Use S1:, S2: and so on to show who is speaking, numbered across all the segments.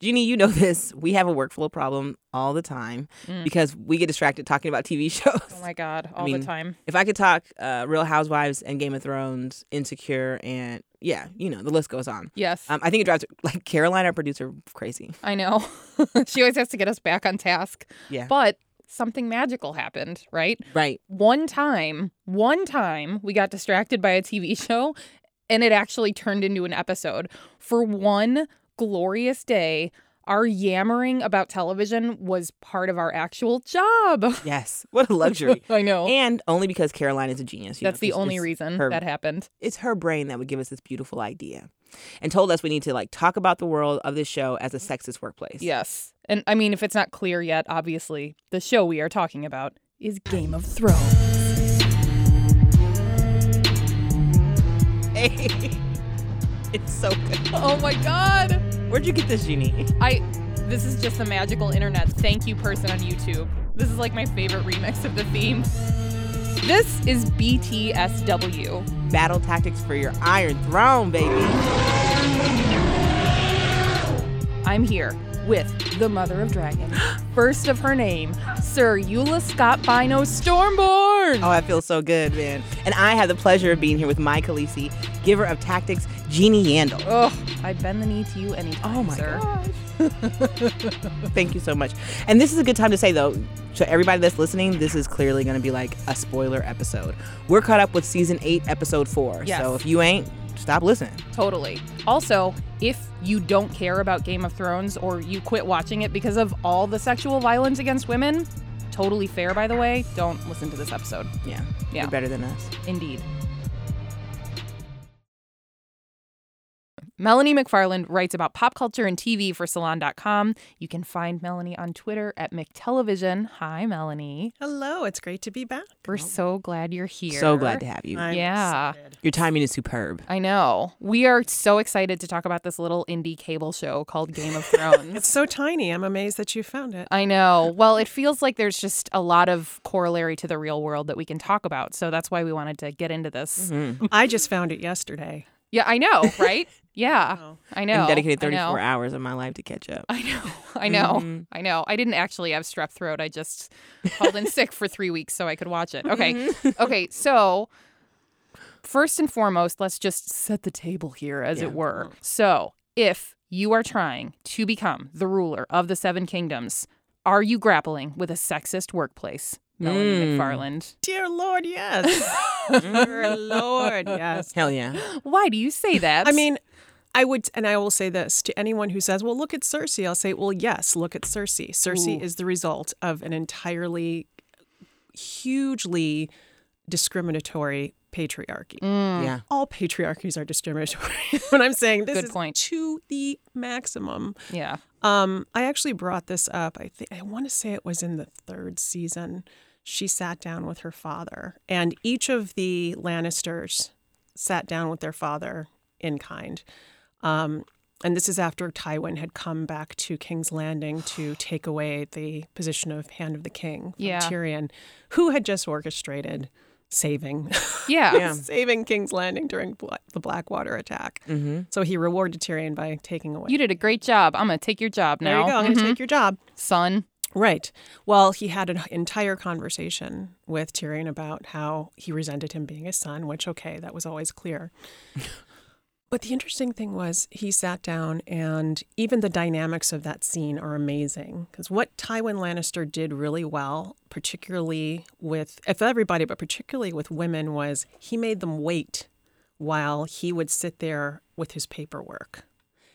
S1: Jeannie, you know this. We have a workflow problem all the time
S2: Mm.
S1: because we get distracted talking about TV shows.
S2: Oh my god, all
S1: mean,
S2: the time.
S1: if I could talk uh, Real Housewives and Game of Thrones, Insecure, and yeah, you know, the list goes on.
S2: Yes,
S1: Um, I think it drives like Caroline, our producer, crazy.
S2: I know. she always has to get us back on task.
S1: Yeah.
S2: But something magical happened, right?
S1: Right.
S2: One time, one time we got distracted by a TV show and it actually turned into an episode. For one glorious day, our yammering about television was part of our actual job.
S1: Yes. What a luxury.
S2: I know.
S1: and only because Caroline is a genius. you know,
S2: That's the
S1: it's-
S2: only
S1: it's
S2: reason
S1: her-
S2: that happened.
S1: It's her brain that would give us this beautiful idea and told us we need to like talk about the world of this show as a sexist workplace.
S2: Yes. And I mean, if it's not clear yet, obviously, the show we are talking about is Game of Thrones.
S1: it's so good.
S2: Oh my God.
S1: Where'd you get this, Jeannie?
S2: I this is just the magical internet. Thank you person on YouTube. This is like my favorite remix of the theme. This is BTSW.
S1: Battle tactics for your Iron Throne, baby.
S2: I'm here with the mother of dragons, first of her name, Sir Eula Scott Bino Stormborn.
S1: Oh, I feel so good, man. And I have the pleasure of being here with my Khaleesi, giver of tactics, Jeannie Yandel.
S2: Ugh, I bend the knee to you anytime,
S1: Oh my
S2: sir.
S1: gosh. Thank you so much. And this is a good time to say, though, to everybody that's listening, this is clearly going to be like a spoiler episode. We're caught up with season eight, episode four.
S2: Yes.
S1: So if you ain't, stop listening.
S2: Totally. Also, if you don't care about Game of Thrones or you quit watching it because of all the sexual violence against women, totally fair by the way, don't listen to this episode.
S1: Yeah.
S2: Yeah.
S1: You're better than us.
S2: Indeed. Melanie McFarland writes about pop culture and TV for Salon.com. You can find Melanie on Twitter at McTelevision. Hi, Melanie.
S3: Hello, it's great to be back.
S2: We're so glad you're here.
S1: So glad to have you.
S3: I'm
S2: Yeah.
S3: excited.
S1: Your timing is superb.
S2: I know. We are so excited to talk about this little indie cable show called Game of Thrones.
S3: It's so tiny. I'm amazed that you found it.
S2: I know. Well, it feels like there's just a lot of corollary to the real world that we can talk about. So that's why we wanted to get into this.
S3: I just found it yesterday.
S2: Yeah, I know, right? Yeah,
S3: Wow.
S2: I know.
S1: and dedicated
S2: I know.
S1: 34 hours of my life to catch up.
S2: I know. I know.
S3: Mm-hmm.
S2: I know. I didn't actually have strep throat. I just called in sick for three weeks so I could watch it. Okay.
S3: Mm-hmm.
S2: okay. So, first and foremost, let's just set the table here, as
S1: Yeah.
S2: it were. So, if you are trying to become the ruler of the seven kingdoms, are you grappling with a sexist workplace? Melanie
S3: Hmm.
S1: Mm.
S2: McFarland.
S3: Dear Lord, yes. Dear Lord, yes.
S1: Hell yeah.
S2: Why do you say that?
S3: I mean, I would, and I will say this to anyone who says, well, look at Cersei. I'll say, well, yes, look at Cersei. Cersei is the result of an entirely, hugely discriminatory patriarchy.
S2: Mm.
S1: Yeah.
S3: All patriarchies are discriminatory. when I'm saying this
S2: Good
S3: is
S2: point.
S3: to the maximum.
S2: yeah.
S3: Um, I actually brought this up. I think I want to say it was in the third season. She sat down with her father, and each of the Lannisters sat down with their father in kind. Um, and this is after Tywin had come back to King's Landing to take away the position of Hand of the King from
S2: Yeah.
S3: Tyrion, who had just orchestrated saving
S2: Yeah.
S1: Yeah.
S3: saving King's Landing during Bla- the Blackwater attack.
S1: Mm-hmm.
S3: So he rewarded Tyrion by taking away.
S2: You did a great job. I'm going to take your job
S3: there
S2: now.
S3: you go. I'm going to
S2: Mhm.
S3: take your job.
S2: Son.
S3: Right. Well, he had an entire conversation with Tyrion about how he resented him being his son, which, okay, that was always clear. but the interesting thing was he sat down, and even the dynamics of that scene are amazing. Because what Tywin Lannister did really well, particularly with, if everybody, but particularly with women, was he made them wait while he would sit there with his paperwork.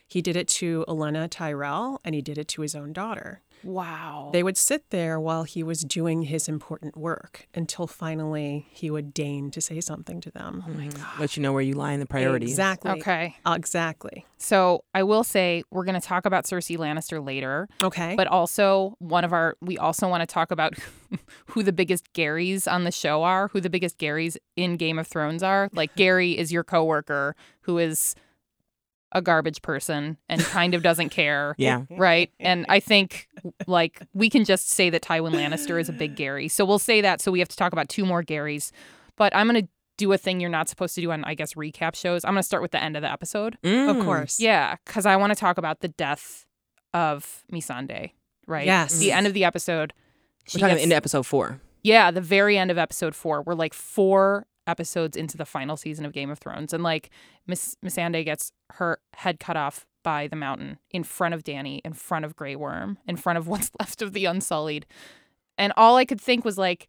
S3: He did it to Elena Tyrell, and he did it to his own daughter.
S2: Wow.
S3: They would sit there while he was doing his important work until finally he would deign to say something to
S1: Oh,
S3: them.
S2: Oh
S1: Let you know where you lie in the priorities.
S3: Exactly. Uh,
S2: Okay.
S3: Exactly.
S2: So I will say we're going to talk about Cersei Lannister later,
S3: Okay.
S2: but also one of our we also want to talk about who the biggest Garys on the show are, who the biggest Garys in Game of Thrones are. Like Gary is your coworker who is a garbage person and kind of doesn't care.
S1: Yeah.
S2: Right? And I think like we can just say that Tywin Lannister is a big Gary. So we'll say that so we have to talk about two more Garys. But I'm going to do a thing you're not supposed to do on I guess recap shows. I'm going to start with the end of the episode.
S1: Mm.
S3: of course.
S2: Yeah, because I want to talk about the death of Misande, right?
S3: Yes.
S2: The end of the episode.
S1: Mm. We're
S2: She
S1: talking
S2: gets-
S1: into episode four.
S2: yeah, the very end of episode four. We're like four episodes into the final season of Game of Thrones, and like Miss Missandei gets her head cut off by the mountain in front of Danny, in front of Grey Worm, in front of what's left of the Unsullied, and all I could think was like,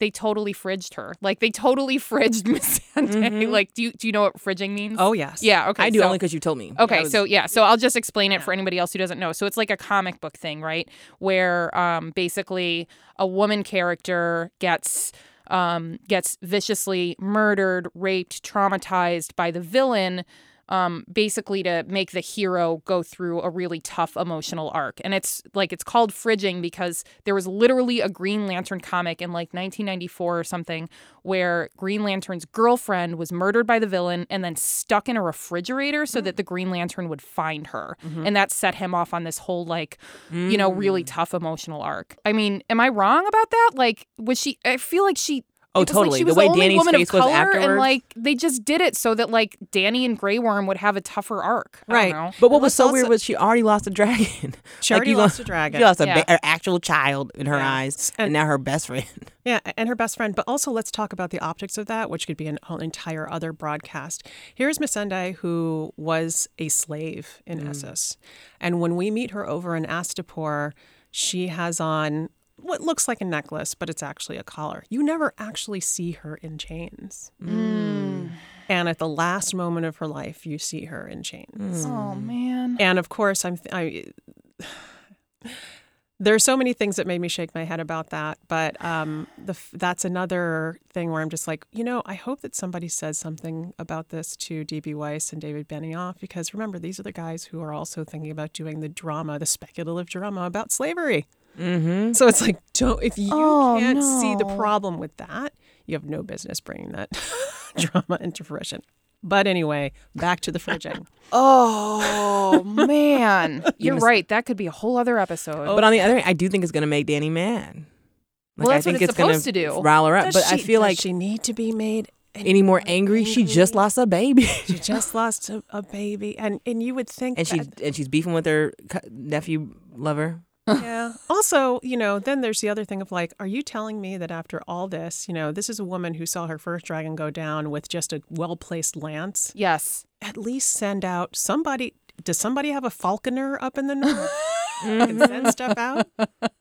S2: they totally fridged her. Like they totally fridged Missandei.
S1: Mhm.
S2: Like, do you do you know what fridging means?
S3: Oh yes.
S2: yeah. Okay,
S1: I do
S2: so-
S1: only because you told me.
S2: Okay,
S1: I was-
S2: so yeah, so I'll just explain it
S3: Yeah.
S2: for anybody else who doesn't know. So it's like a comic book thing, right? Where um, basically a woman character gets um, gets viciously murdered, raped, traumatized by the villain, um, basically to make the hero go through a really tough emotional arc. And it's like it's called fridging because there was literally a Green Lantern comic in like 1994 or something where Green Lantern's girlfriend was murdered by the villain and then stuck in a refrigerator so
S1: Mm.
S2: that the Green Lantern would find her.
S1: Mm-hmm.
S2: And that set him off on this whole like, you know, really
S1: Mm.
S2: tough emotional arc. I mean, am I wrong about that? Like, was she? I feel like she
S1: Oh,
S2: it was like
S1: totally.
S2: she was
S1: the way
S2: only
S1: Danny's
S2: woman
S1: face
S2: of color,
S1: was afterwards.
S2: and like they just did it so that like Danny and Grey Worm would have a tougher arc. I don't
S3: Right.
S2: know.
S1: but what was
S3: let's
S1: so weird
S3: also-
S1: was she already lost a dragon.
S3: She
S1: Like,
S3: already
S1: you
S3: lost
S1: lo-
S3: a dragon.
S1: she lost a
S2: Yeah.
S1: ba- her actual child in her
S3: Yeah.
S1: eyes,
S3: And-
S1: and now her best friend.
S3: Yeah, and her best friend. But also, let's talk about the optics of that, which could be an whole entire other broadcast. Here's Missandei, who was a slave in Essos. And when we meet her over in Astapor, she has on what looks like a necklace, but it's actually a collar. You never actually see her in chains. And at the last moment of her life, you see her in chains.
S1: Hmm.
S2: Oh man.
S3: And of course, I'm. Th- I, there are so many things that made me shake my head about that, but um, the f- that's another thing where I'm just like, you know, I hope that somebody says something about this to DB Weiss and David Benioff because remember, these are the guys who are also thinking about doing the drama, the speculative drama about slavery.
S1: Mm-hmm.
S3: So it's like, don't if you
S2: Oh,
S3: can't see the
S2: no.
S3: problem with that, you have no business bringing that drama into fruition. But anyway, back to the fridging.
S2: Oh man. You're
S1: missed-
S2: right. That could be a whole other episode.
S3: Oh.
S1: But on the other hand, I do think it's going to make Danny mad. Like,
S2: Oh, Well,
S1: I
S2: that's what
S1: think
S2: it's
S1: gonna
S2: supposed to do.
S1: Rile her up.
S3: Does
S1: Uh, but I
S3: she-
S1: feel
S3: does
S1: like
S3: she need to be made any,
S1: any more angry, she just lost a baby,
S3: She just lost a, a baby, and and you would think
S1: and
S3: that,
S1: she's and she's beefing with her cu- nephew lover.
S3: yeah. Also, you know, then there's the other thing of like, are you telling me that after all this, you know, this is a woman who saw her first dragon go down with just a well placed lance?
S2: yes.
S3: At least send out somebody. Does somebody have a falconer up in the north? Can send stuff out.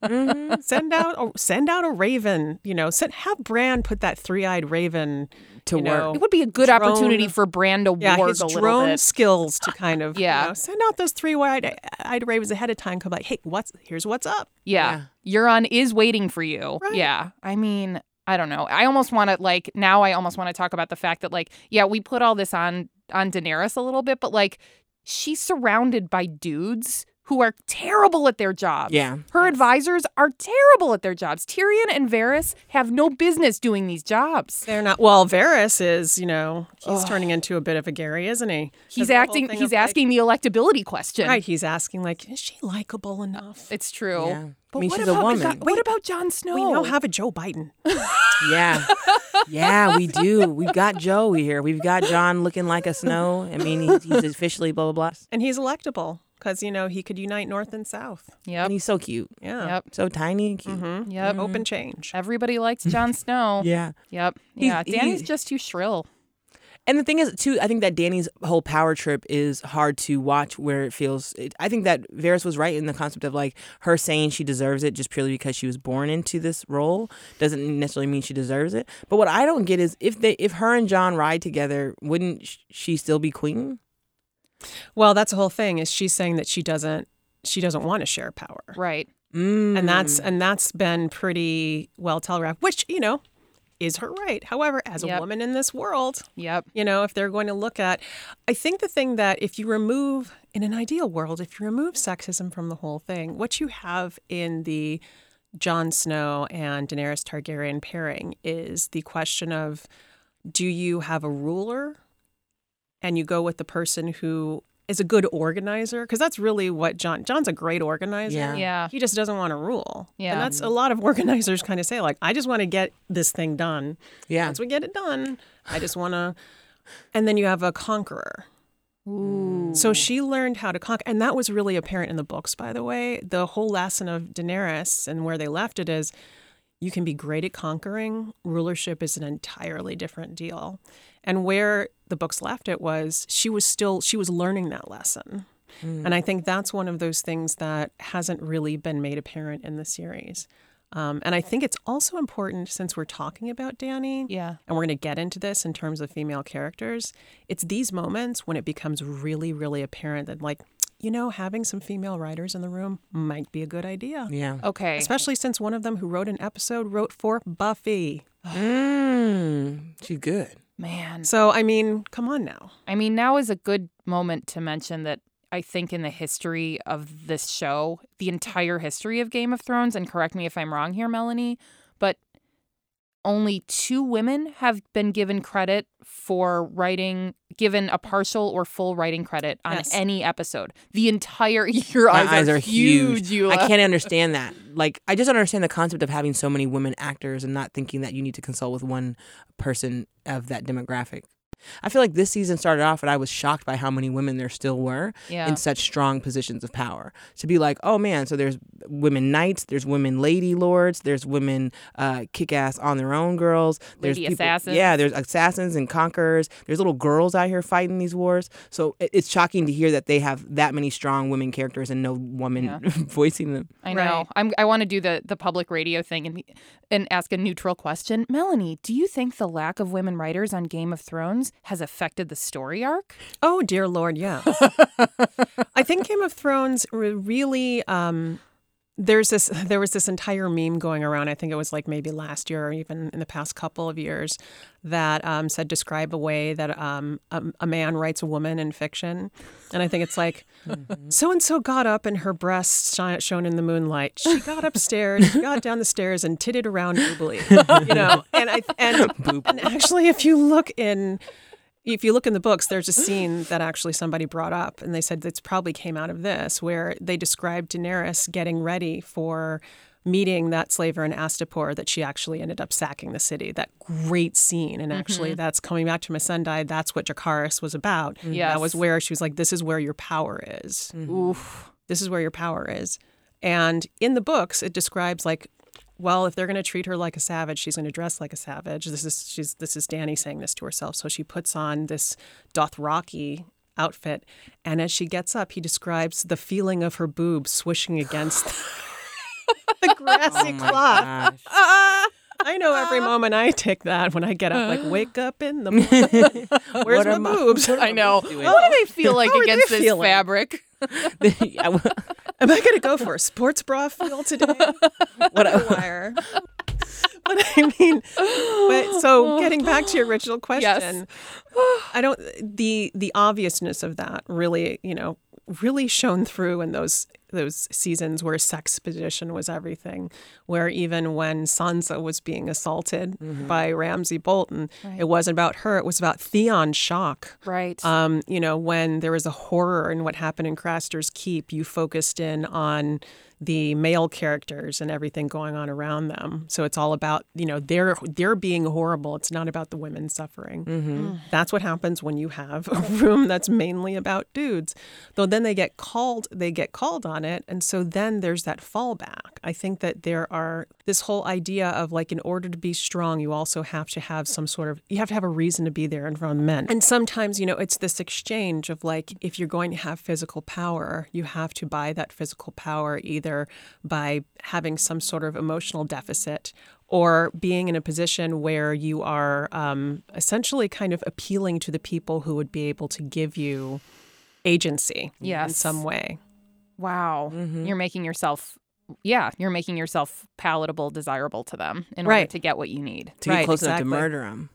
S1: Mm-hmm.
S3: Send out, a, send out a raven. You know, send, have Bran put that three-eyed raven
S1: To
S3: you
S1: work.
S3: know,
S2: It would be a good
S3: Drone-
S2: opportunity for Brand to
S3: yeah,
S2: warg
S3: his
S2: a little
S3: drone
S2: bit.
S3: skills to kind of yeah
S2: Yeah.
S3: send out those three wide eyed ravens ahead of time. Come like, hey, what's here's what's up.
S2: Yeah. Euron is waiting for you.
S3: Right.
S2: Yeah. I mean, I don't know. I almost want to like now I almost want to talk about the fact that like yeah, we put all this on on Daenerys a little bit, but like she's surrounded by dudes who are terrible at their jobs.
S1: Yeah.
S2: Her advisors are terrible at their jobs. Tyrion and Varys have no business doing these jobs.
S3: They're not. Well, Varys is you know he's
S2: Ugh.
S3: turning into a bit of a Gary, isn't he?
S2: He's
S3: The whole
S2: acting
S3: thing
S2: he's
S3: of, like-
S2: asking the electability question.
S3: Right, he's asking like, is she likable enough?
S2: It's true.
S1: Yeah.
S2: But
S1: I mean,
S2: what
S1: she's
S2: about
S1: a
S2: the
S1: woman.
S2: guy- what about Jon Snow?
S3: We now have a Joe Biden.
S1: Yeah. Yeah, we do. We've got Joe here. We've got John looking like a snow. I mean, he's, he's officially blah, blah, blah.
S3: and he's electable because you know he could unite North and South.
S1: And
S2: Yep.
S1: he's so cute.
S3: Yeah.
S2: Yep.
S1: So tiny and cute.
S3: Mhm.
S2: Yep.
S3: Open change.
S2: Everybody likes Jon Snow.
S1: Yeah.
S2: Yep.
S1: He's-
S2: Yeah. Danny's
S1: he-
S2: just too shrill.
S1: And the thing is, too, I think that Danny's whole power trip is hard to watch where it feels. It, I think that Varys was right in the concept of like her saying she deserves it just purely because she was born into this role doesn't necessarily mean she deserves it. But what I don't get is if they, if her and John ride together, wouldn't sh- she still be queen?
S3: Well, that's the whole thing. Is she's saying that she doesn't she doesn't want to share power.
S2: Right.
S1: Mm.
S3: and that's and that's been pretty well telegraphed which you know is her right however as a
S2: Yep.
S3: woman in this world
S2: Yep.
S3: you know if they're going to look at i think the thing that if you remove in an ideal world if you remove sexism from the whole thing what you have in the Jon Snow and Daenerys Targaryen pairing is the question of do you have a ruler and you go with the person who is a good organizer because that's really what John John's a great organizer
S1: Yeah.
S2: Yeah.
S3: he just doesn't want to rule.
S2: Yeah.
S3: And that's a lot of organizers kind of say, like, I just want to get this thing done.
S1: yeah.
S3: Once we get it done, I just want to. And then you have a conqueror
S2: Ooh.
S3: So she learned how to conquer, and that was really apparent in the books, by the way. The whole lesson of Daenerys and where they left it is you can be great at conquering, rulership is an entirely different deal. And where the books left it was she was still, she was learning that lesson. And I think that's one of those things that hasn't really been made apparent in the series. Um, and I think it's also important since we're talking about Danny
S2: Yeah.
S3: and we're going to get into this in terms of female characters, it's these moments when it becomes really, really apparent that, like, you know, having some female writers in the room might be a good idea.
S1: Yeah.
S2: Okay.
S3: Especially since one of them who wrote an episode wrote for Buffy.
S1: Mm, she's good.
S2: Man.
S3: So, I mean, come on now.
S2: I mean, now is a good moment to mention that I think in the history of this show, the entire history of Game of Thrones, and correct me if I'm wrong here, Melanie, but only two women have been given credit for writing, given a partial or full writing credit on
S3: Yes.
S2: any episode. The entire your
S1: My eyes are
S2: huge. Eula.
S1: I can't understand that. Like, I just don't understand the concept of having so many women actors and not thinking that you need to consult with one person of that demographic. I feel like this season started off and I was shocked by how many women there still were
S2: Yeah.
S1: in such strong positions of power. To be like, oh man, so there's women knights, there's women lady lords, there's women uh, kick ass on their own girls, there's
S2: Lady
S1: people-
S2: assassins.
S1: Yeah, there's assassins and conquerors. There's little girls out here fighting these wars. So it- it's shocking to hear that they have that many strong women characters and no woman
S2: Yeah.
S1: voicing them.
S2: I
S3: Right.
S2: know. I'm, I want to do the, the public radio thing and and ask a neutral question. Melanie, do you think the lack of women writers on Game of Thrones has affected the story arc?
S3: Oh, dear Lord, yeah. I think Game of Thrones re- really. Um, there's this there was this entire meme going around i think it was like maybe last year or even in the past couple of years that um, said describe a way that um, a, a man writes a woman in fiction and i think it's like so and so got up and her breasts shi- shone in the moonlight she got upstairs got down the stairs and titted around boobily you know and i and, and actually if you look in if you look in the books, there's a scene that actually somebody brought up, and they said this probably came out of this, where they described Daenerys getting ready for meeting that slaver in Astapor that she actually ended up sacking the city. That great scene. And actually, that's coming back to Masendai. That's what Dracarys was about.
S2: Yes.
S3: That was where she was like, this is where your power is
S2: Oof.
S3: this is where your power is. And in the books, it describes like, well, if they're going to treat her like a savage, she's going to dress like a savage. This is she's this is Danny saying this to herself. So she puts on this Dothraki outfit, and as she gets up, he describes the feeling of her boobs swishing against the
S1: Oh
S3: grassy cloth.
S1: gosh.
S3: I know every moment I take that when I get up, like wake up in the morning. Where's
S1: What
S3: my
S1: are my-
S3: boobs?
S2: I know.
S1: doing?
S2: What do they feel like
S3: How are
S2: against
S3: they
S2: this
S3: feeling?
S2: fabric?
S1: Yeah, well,
S3: Am I going to go for a sports bra feel today?
S1: What I-
S3: wire. but I mean, but so getting back to your original question, I don't the the obviousness of that really, you know, really shone through in those those seasons where sex position was everything, where even when Sansa was being assaulted by Ramsay Bolton, it wasn't about her, it was about Theon Shock.
S2: Right.
S3: Um, you know, when there was a horror in what happened in Craster's Keep, you focused in on the male characters and everything going on around them. So it's all about, you know, they're they're being horrible. It's not about the women suffering. That's what happens when you have a room that's mainly about dudes. Though then they get called, they get called on it, and so then there's that fallback. I think that there are this whole idea of like in order to be strong, you also have to have some sort of you have to have a reason to be there in front of men. And sometimes, you know, it's this exchange of like if you're going to have physical power, you have to buy that physical power either by having some sort of emotional deficit or being in a position where you are um, essentially kind of appealing to the people who would be able to give you agency in
S2: Yes.
S3: some way.
S2: wow. You're making yourself. Yeah, you're making yourself palatable, desirable to them in order
S3: Right.
S2: to get what you need.
S1: to be
S3: Right,
S1: close enough to
S3: exactly.
S1: murder him.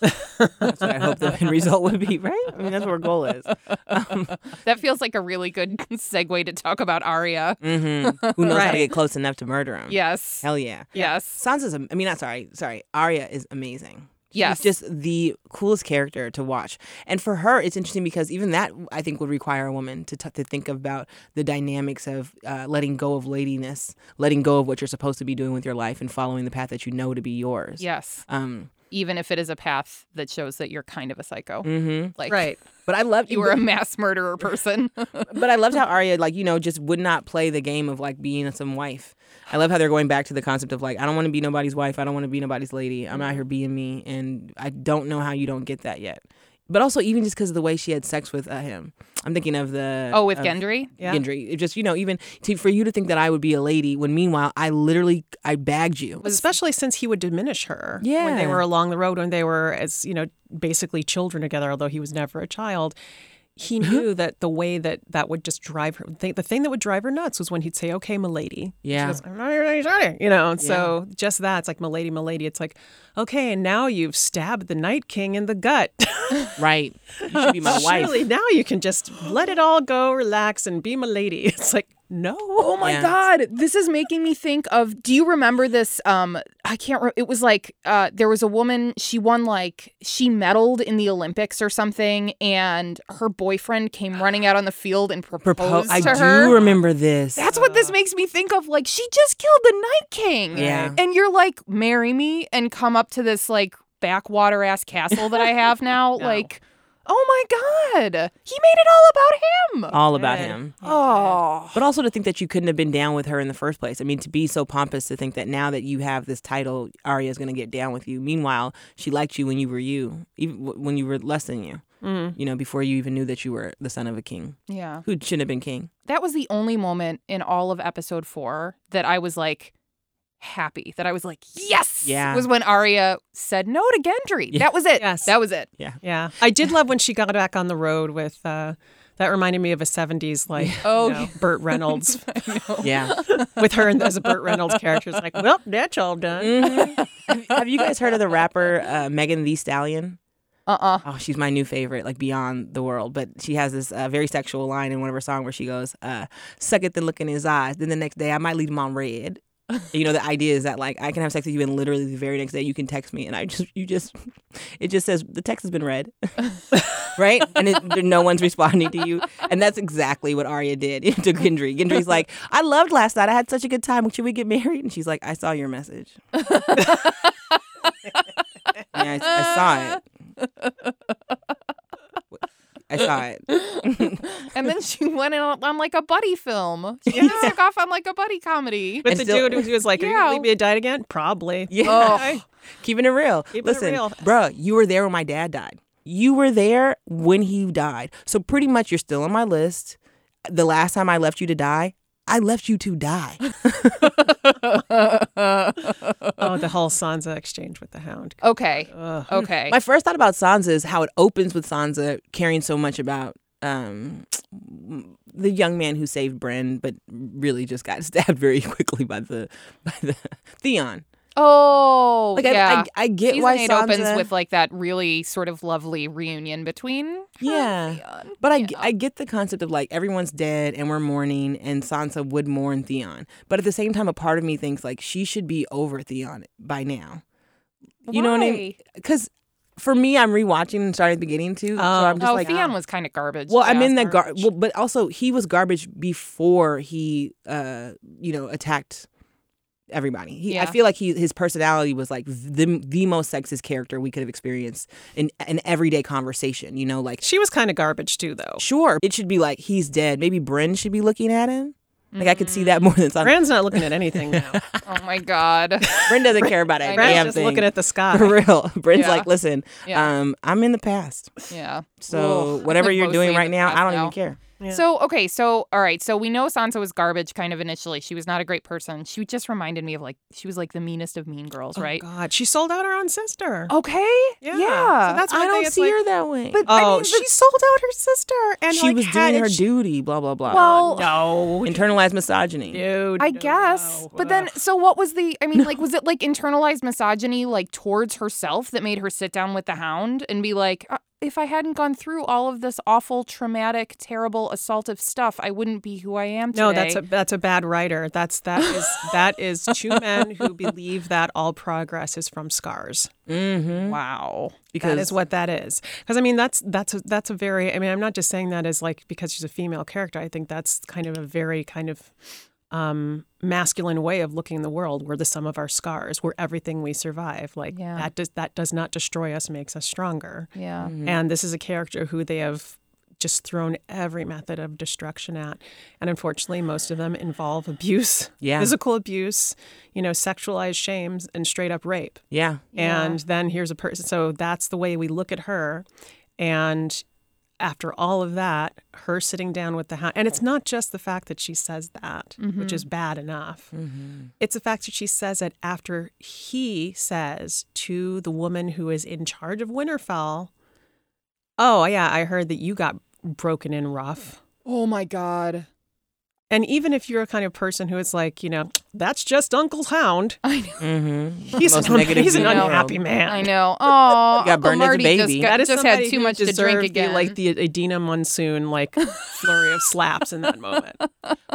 S1: that's what I hope the end result would be, right? I mean, that's what our goal is.
S2: That feels like a really good segue to talk about Arya.
S1: hmm Who knows how
S3: Right.
S1: to get close enough to murder him?
S2: Yes.
S1: Hell yeah.
S2: Yes.
S1: Sansa's, am- I mean, not sorry, sorry. Arya is amazing. She's
S2: Yes.
S1: just the coolest character to watch. And for her, it's interesting because even that, I think, would require a woman to, t- to think about the dynamics of uh, letting go of ladiness, letting go of what you're supposed to be doing with your life, and following the path that you know to be yours.
S2: Yes.
S1: Um,
S2: even if it is a path that shows that you're kind of a psycho.
S1: Mm-hmm.
S2: Like
S3: right.
S1: But I love
S2: you were a mass murderer person.
S1: But I loved how Arya, like, you know, just would not play the game of like being some wife. I love how they're going back to the concept of like, I don't want to be nobody's wife. I don't want to be nobody's lady. I'm out here being me. And I don't know how you don't get that yet. But also, even just because of the way she had sex with uh, him, I'm thinking of the
S2: oh, with
S1: of
S2: Gendry?
S3: Yeah.
S1: Gendry. It just you know, even to, for you to think that I would be a lady when meanwhile I literally I bagged you.
S3: Especially since he would diminish her when they
S1: Yeah.
S3: were along the road, when they were as you know basically children together, although he was never a child. He
S1: Mm-hmm.
S3: knew that the way that that would just drive her, the the thing that would drive her nuts was when he'd say, "Okay, milady,"
S1: Yeah.
S3: She goes, I'm not even really starting, you know. And so just that, it's like milady, milady. It's like, okay, and now you've stabbed the Night King in the gut.
S1: Right. You should be my wife.
S3: Surely now you can just let it all go, relax, and be milady. It's like, no,
S2: Oh my
S1: Yeah.
S2: god, this is making me think of do you remember this um I can't re- it was like uh there was a woman she won like she medaled in the Olympics or something and her boyfriend came running out on the field and proposed
S1: Propose. I
S2: to
S1: do
S2: her.
S1: remember this.
S2: That's what this makes me think of like she just killed the Night King.
S1: Yeah.
S2: And you're like marry me and come up to this like backwater ass castle that I have now
S3: No.
S2: like oh my god. He made it all about him.
S1: all about
S3: Yeah.
S1: him.
S2: Oh.
S1: But also to think that you couldn't have been down with her in the first place. I mean, to be so pompous to think that now that you have this title, Arya's going to get down with you. Meanwhile, she liked you when you were you, even w- when you were less than you.
S3: Mm.
S1: You know, before you even knew that you were the son of a king
S2: Yeah.
S1: who shouldn't have been king.
S2: that was the only moment in all of episode four that I was like happy that I was like yes
S1: Yeah.
S2: was when Arya said no to Gendry. That was it.
S3: Yes.
S2: That was it.
S3: Yeah, I did love when she got back on the road with. Uh, that reminded me of a '70s like
S2: Oh,
S3: you know, Burt Reynolds
S1: Yeah.
S3: with her and as a Burt Reynolds character. It's like, well, that's all done.
S1: Mhm. have you guys heard of the rapper uh, Megan Thee Stallion?
S2: Uh-uh.
S1: Oh, she's my new favorite, like beyond the world. But she has this uh, very sexual line in one of her songs where she goes, uh, "Suck it, then look in his eyes. Then the next day, I might leave him on red." you know, the idea is that like I can have sex with you, and literally the very next day, you can text me, and I just you just it just says the text has been read, right? And it, no one's responding to you, and that's exactly what Arya did to Gendry. Gendry's like, "I loved last night. I had such a good time. Should we get married?" And she's like, "I saw your message." yeah, I, I saw it. I saw it.
S2: and then she went on, on like a buddy film. She took off on like a buddy comedy.
S3: But
S1: And
S3: the
S1: still-
S3: dude who was like, "Are you
S2: Yeah.
S3: gonna leave me to die again?" Probably.
S1: Yeah.
S2: Oh.
S1: Keeping it real.
S3: Keeping it
S1: Listen,
S3: real.
S1: bruh, you were there when my dad died. You were there when he died. So pretty much you're still on my list. The last time I left you to die, I left you to die.
S3: Oh, the whole Sansa exchange with the Hound.
S2: Oh, Okay.
S3: Ugh.
S2: Okay.
S1: my first thought about Sansa is how it opens with Sansa caring so much about um the young man who saved Bren, but really just got stabbed very quickly by the by the Theon.
S2: oh,
S1: Like
S2: yeah.
S1: I, I, I get
S2: Season
S1: why
S2: eight
S1: Sansa
S2: opens with like that really sort of lovely reunion between
S1: yeah. But I, I get the concept of like everyone's dead and we're mourning, and Sansa would mourn Theon. But at the same time, a part of me thinks like she should be over Theon by now. You know what I mean? Because for me, I'm rewatching and starting at the beginning too. so I'm just
S2: oh,
S1: like,
S2: Theon was kind of garbage.
S1: well,
S2: yeah.
S1: I'm in that gar- well, but also he was garbage before he, uh, you know, attacked everybody. He, I
S2: Yeah.
S1: feel like he his personality was like the the most sexist character we could have experienced in an everyday conversation. You know, like
S3: She was kind of garbage too, though.
S1: sure it should be like he's dead maybe Brynn should be looking at him like i could see
S3: Mm.
S1: that more than Sansa.
S3: Bran's not looking at anything now.
S2: Oh my god.
S1: Brynn doesn't care about it
S2: I
S3: Bran's
S2: know.
S1: damn
S3: just
S1: thing.
S3: looking at the sky.
S1: for real Bryn's
S2: Yeah.
S1: like listen
S2: Yeah.
S1: um i'm in the past
S2: Yeah.
S1: so
S2: Ugh.
S1: whatever
S2: Like
S1: you're doing
S2: mostly in
S1: right
S2: the
S1: now i
S2: past
S1: don't
S2: now.
S1: even care
S3: Yeah.
S2: So okay, so all right, so we know Sansa was garbage kind of initially. She was not a great person. She just reminded me of like she was like the meanest of mean girls, right?
S3: Oh, God, she sold out her own sister.
S2: Okay.
S3: Yeah.
S2: Yeah.
S3: So that's- It's one
S1: Oh, i
S3: thing,
S1: don't
S3: it's
S1: see
S3: like-
S1: her that way
S2: But- I
S3: oh,
S2: mean,
S3: she
S2: the-
S3: sold out her sister, and
S1: she
S3: like,
S1: was
S3: had-
S1: doing
S3: and
S1: her
S3: she-
S1: duty blah blah blah
S2: well,
S3: No,
S1: internalized misogyny
S3: dude.
S2: I
S3: no,
S2: guess.
S3: no.
S2: But then
S3: Ugh.
S2: so what was the I mean, like was it like internalized misogyny like towards herself that made her sit down with the hound and be like "Uh, if I hadn't gone through all of this awful, traumatic, terrible, assaultive stuff, I wouldn't be who I am today.
S3: No, that's a that's a bad writer. That's that is that is two men who believe that all progress is from scars. Mm.
S1: mm-hmm.
S2: wow.
S1: because
S3: that is what that is. Because I mean, that's that's a, that's a very. I mean, I'm not just saying that as like because she's a female character. I think that's kind of a very kind of um, masculine way of looking in the world. We're the sum of our scars. We're everything we survive. Like
S2: Yeah.
S3: that does that does not destroy us, makes us stronger.
S2: Yeah.
S3: And this is a character who they have just thrown every method of destruction at. And unfortunately, most of them involve abuse,
S1: Yeah.
S3: physical abuse, you know, sexualized shames, and straight up rape.
S1: Yeah.
S2: Yeah.
S3: And then here's a person. So that's the way we look at her. And after all of that, her sitting down with the hound, and it's not just the fact that she says that, which
S1: Mm-hmm.
S3: is bad enough. It's the fact that she says it after he says to the woman who is in charge of Winterfell, "Oh yeah, I heard that you got broken in rough."
S2: Oh my god.
S3: And even if you're a kind of person who is like, you know, that's just Uncle's hound.
S2: I know.
S1: Mm-hmm.
S3: He's,
S1: Most
S3: an,
S1: negative
S3: he's an
S1: dude in the world.
S3: unhappy man.
S2: I know. Oh,
S1: got burned as a
S2: Marty
S1: baby.
S2: just, got,
S3: That is
S2: just had
S3: somebody
S2: too
S3: who
S2: much to drink
S3: deserved the,
S2: again.
S3: like the Edina Monsoon, like flurry of slaps in that moment.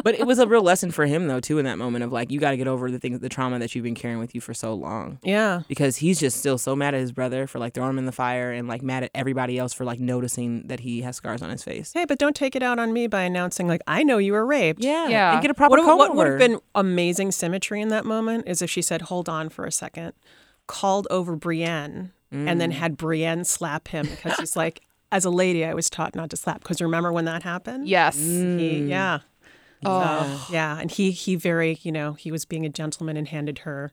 S1: But it was a real lesson for him though too in that moment of like you got to get over the things the trauma that you've been carrying with you for so long
S3: Yeah,
S1: because he's just still so mad at his brother for like throwing him in the fire and like mad at everybody else for like noticing that he has scars on his face.
S3: hey, but don't take it out on me by announcing like I know you were raped.
S1: Yeah.
S2: Yeah.
S1: And get a proper
S3: What,
S1: comb
S3: what would have
S1: over.
S3: been amazing symmetry in that moment is if she said, "Hold on for a second, called over Brienne, and then had Brienne slap him because she's like, as a lady, I was taught not to slap because remember when that happened?
S2: yes.
S3: He- yeah.
S2: Oh.
S3: So, yeah, and he he very you know he was being a gentleman and handed her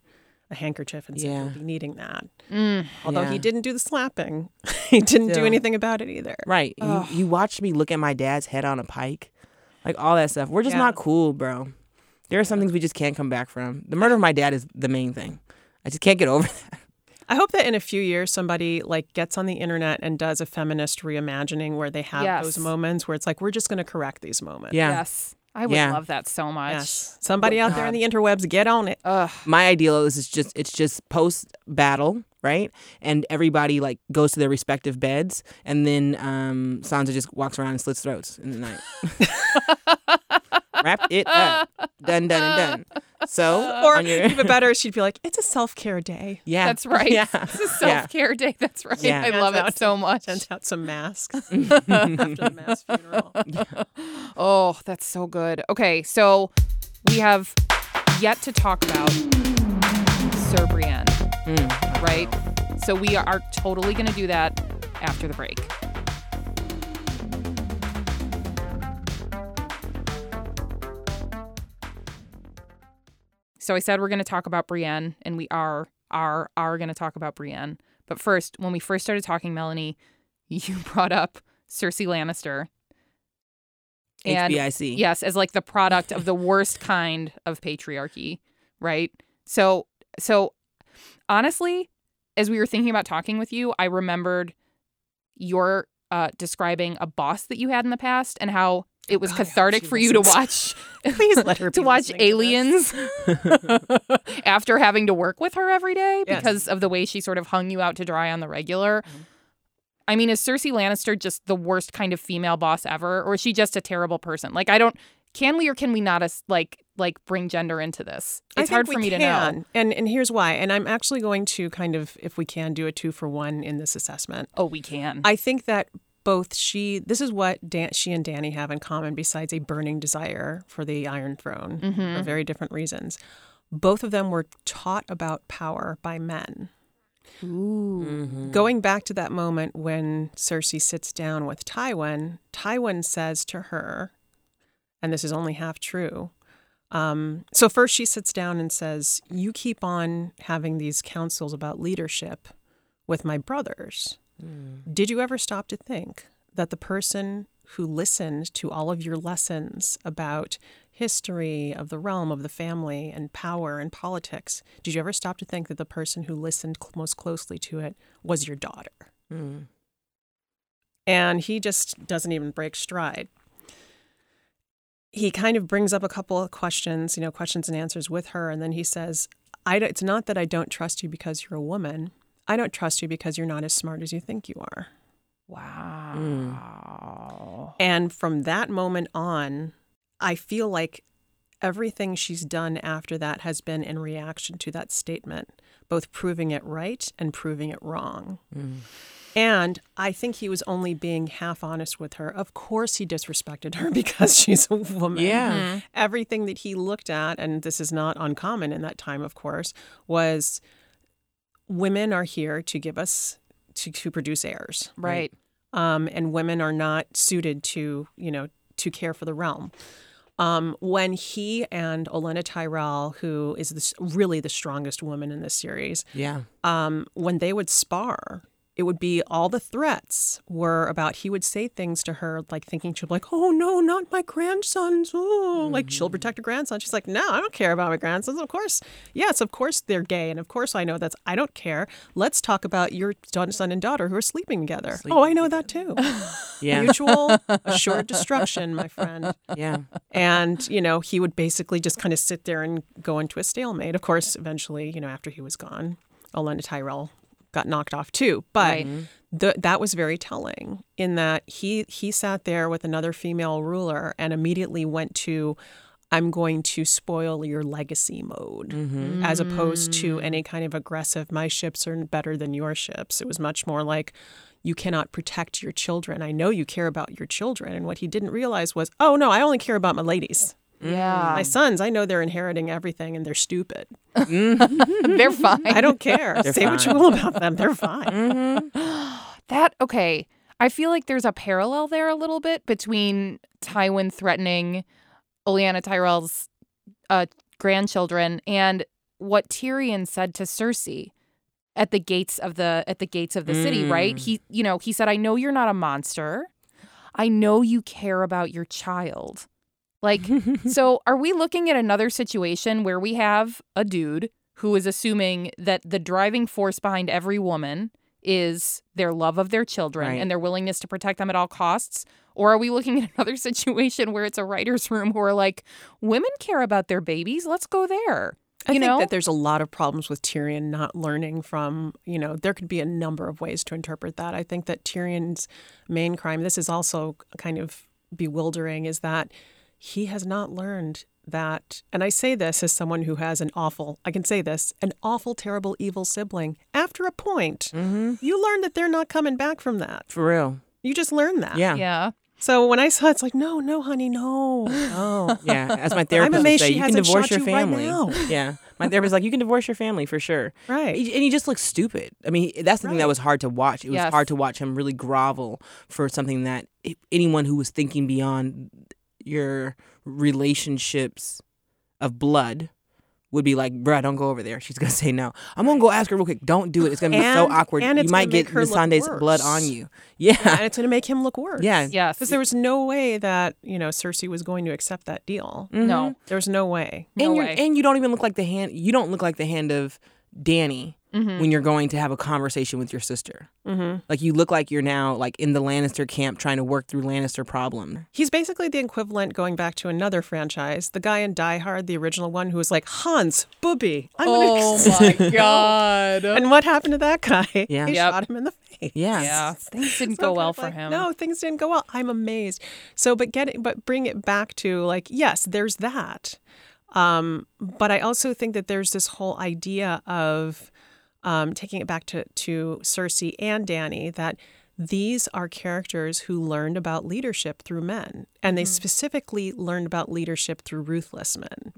S3: a handkerchief and said
S1: Yeah.
S3: you'll be needing that.
S2: Mm.
S3: Although he
S1: Yeah.
S3: didn't do the slapping, he didn't
S1: Still.
S3: do anything about it either.
S1: Right. You, you watched me look at my dad's head on a pike. Like all that stuff. We're just
S3: Yeah.
S1: not cool, bro. There are some things we just can't come back from. The murder of my dad is the main thing. I just can't get over that.
S3: I hope that in a few years somebody like gets on the internet and does a feminist reimagining where they have
S2: Yes.
S3: those moments where it's like we're just going to correct these moments.
S1: Yeah.
S2: Yes. I would
S1: Yeah.
S2: love that so much.
S3: Yes. Somebody out there in the interwebs, get on it.
S2: Ugh.
S1: my ideal is it's just it's just post battle right and everybody like goes to their respective beds and then um sansa just walks around and slits throats in the night wrap it up done done and done so
S3: Or
S1: on your-
S3: even better, she'd be like, it's a self care day.
S1: yeah
S2: That's right.
S1: yeah
S2: It's a
S1: Yeah.
S2: self care day. That's right.
S1: Yeah.
S2: I love it so much.
S3: Send out some masks after the mass funeral.
S2: Oh, that's so good. Okay, so we have yet to talk about Sir Brienne, right? So we are totally going to do that after the break. So I said we're going to talk about Brienne, and we are are are going to talk about Brienne. But first, when we first started talking, Melanie, you brought up Cersei Lannister. And
S1: hbic
S2: Yes, as like the product of the worst kind of patriarchy, right? So so honestly, as we were thinking about talking with you, I remembered your uh describing a boss that you had in the past and how it was
S3: God, I hope
S2: cathartic
S3: Oh, she
S2: for you to
S3: listens.
S2: watch
S3: Please let her
S2: to
S3: be
S2: watch
S3: listening this.
S2: aliens after having to work with her every day
S3: Yes. Mm-hmm.
S2: because of the way she sort of hung you out to dry on the regular. I mean, is Cersei Lannister just the worst kind of female boss ever, or is she just a terrible person? Like, I don't. Can we or can we not as like like bring gender into this?
S3: I
S2: It's
S3: think
S2: hard
S3: we
S2: for me to know.
S3: can. And and here's why. And I'm actually going to kind of, if we can, do a two for one in this assessment.
S2: Oh, we can.
S3: I think that both she, this is what Dan, she and Danny have in common, besides a burning desire for the Iron Throne for very different reasons. Both of them were taught about power by men.
S2: Ooh.
S3: Going back to that moment when Cersei sits down with Tywin, Tywin says to her, and this is only half true. Um, so first she sits down and says, "You keep on having these councils about leadership with my brothers. Did you ever stop to think that the person who listened to all of your lessons about history of the realm of the family and power and politics, did you ever stop to think that the person who listened cl- most closely to it was your daughter?"
S1: Mm.
S3: And he just doesn't even break stride he kind of brings up a couple of questions, you know, questions and answers with her. And then he says, I, don't- it's not that I don't trust you because you're a woman. I don't trust you because you're not as smart as you think you are.
S2: Wow.
S3: And from that moment on, I feel like everything she's done after that has been in reaction to that statement, both proving it right and proving it wrong. And I think he was only being half honest with her. Of course, he disrespected her because she's a woman.
S1: Yeah.
S3: Everything that he looked at, and this is not uncommon in that time, of course, was women are here to give us, to, to produce heirs
S2: Right.
S3: um, and women are not suited to you know to care for the realm. Um, when he and Olenna Tyrell, who is the, s- really the strongest woman in this series,
S1: Yeah.
S3: um, when they would spar, it would be all the threats were about he would say things to her like thinking she'd be like, oh no, not my grandsons. Oh, like she'll protect her grandson. She's like, no, I don't care about my grandsons. Of course, yes, of course they're gay, and of course I know that's I don't care. Let's talk about your son son and daughter who are sleeping together. oh, I know that too.
S1: Yeah.
S3: Mutual assured destruction, my friend.
S1: yeah.
S3: And, you know, he would basically just kind of sit there and go into a stalemate. Of course, eventually, you know, after he was gone, Olenna Tyrell got knocked off too. But
S2: Right.
S3: th- that was very telling in that he he sat there with another female ruler and immediately went to I'm going to spoil your legacy mode as opposed to any kind of aggressive my ships are better than your ships. It was much more like you cannot protect your children. I know you care about your children. And what he didn't realize was, oh no, I only care about my ladies.
S2: Yeah.
S3: My sons, Mm. I know they're inheriting everything and they're stupid.
S1: Mm-hmm.
S2: They're fine.
S3: I don't care. Say what you
S1: fine.
S3: will about them. They're fine.
S2: That okay. I feel like there's a parallel there a little bit between Tywin threatening Oleana Tyrell's uh, grandchildren and what Tyrion said to Cersei at the gates of the at the gates of the city, right? He you know, he said I know you're not a monster. I know you care about your child. Like so are we looking at another situation where we have a dude who is assuming that the driving force behind every woman is their love of their children
S1: Right.
S2: and their willingness to protect them at all costs? Or are we looking at another situation where it's a writer's room who are like, women care about their babies, let's go there.
S3: I
S2: you
S3: think
S2: know?
S3: that there's a lot of problems with Tyrion not learning from, you know, there could be a number of ways to interpret that. I think that Tyrion's main crime, this is also kind of bewildering, is that he has not learned that. And I say this as someone who has an awful, I can say this, an awful, terrible, evil sibling. After a point, you learn that they're not coming back from that.
S1: For real.
S3: You just learn that.
S1: Yeah. Yeah.
S2: yeah.
S3: So when I saw it, it's like, no, no, honey, no, no.
S1: As my therapist would
S3: amazed
S1: say,
S3: she
S1: you can
S3: hasn't
S1: divorce
S3: shot
S1: your
S3: you right
S1: family.
S3: now.
S1: yeah. My therapist was like, you can divorce your family for sure.
S3: Right.
S1: And he just looks stupid. I mean, that's the thing that was hard to watch. It was
S2: Yes.
S1: hard to watch him really grovel for something that i- anyone who was thinking beyond your relationships of blood would be like, bruh, don't go over there. She's gonna say no. I'm gonna go ask her real quick. Don't do it. It's gonna be so
S3: And-
S1: awkward.
S3: and
S1: you
S3: it's
S1: might
S3: gonna
S1: get
S3: make her look
S1: Missandei's blood
S3: worse.
S1: on you. Yeah.
S3: and it's going to make him look worse.
S1: Yeah.
S2: Yes.
S3: Because there was no way that, you know, Cersei was going to accept that deal.
S1: Mm.
S2: no.
S3: There was no way.
S2: No
S1: and you
S2: way.
S1: and you don't even look like the hand you don't look like the hand of Danny
S3: Mm-hmm.
S1: when you're going to have a conversation with your sister. Mm-hmm. Like you look like you're now like in the Lannister camp trying to work through Lannister problem.
S3: He's basically the equivalent, going back to another franchise, the guy in Die Hard, the original one, who was like, Hans, booby. I'm gonna
S2: Oh my god.
S3: And what happened to that guy?
S1: Yeah.
S3: They
S2: Yep.
S3: shot him in the face.
S1: Yeah.
S2: Yeah, things didn't
S3: So
S2: go
S3: I'm kind
S2: well
S3: of
S2: for
S3: like,
S2: him.
S3: No, things didn't go well. I'm amazed. So, but get it, but bring it back to like, yes, there's that. Um, but I also think that there's this whole idea of um, taking it back to to Cersei and Danny that these are characters who learned about leadership through men, and they specifically learned about leadership through ruthless men.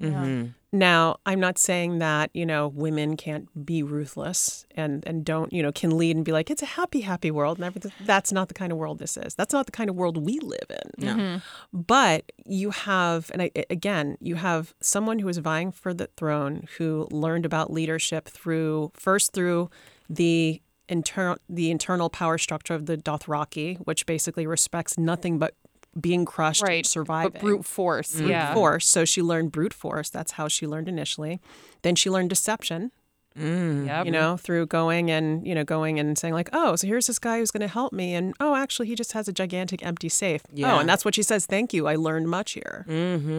S3: Now, I'm not saying that, you know, women can't be ruthless and, and don't, you know, can lead and be like, it's a happy, happy world and everything. That's not the kind of world this is. That's not the kind of world we live in.
S1: No.
S2: Mm-hmm.
S3: But you have, and I, again, you have someone who is vying for the throne who learned about leadership through, first through the internal, the internal power structure of the Dothraki, which basically respects nothing but being crushed,
S2: Right, but
S3: surviving
S2: But brute force. yeah.
S3: force. So she learned brute force. That's how she learned initially. Then she learned deception,
S2: Yep.
S3: you know, through going and, you know, going and saying, like, oh, so here's this guy who's going to help me. And, oh, actually, he just has a gigantic empty safe.
S1: Yeah.
S3: Oh, and that's what she says. Thank you. I learned much here.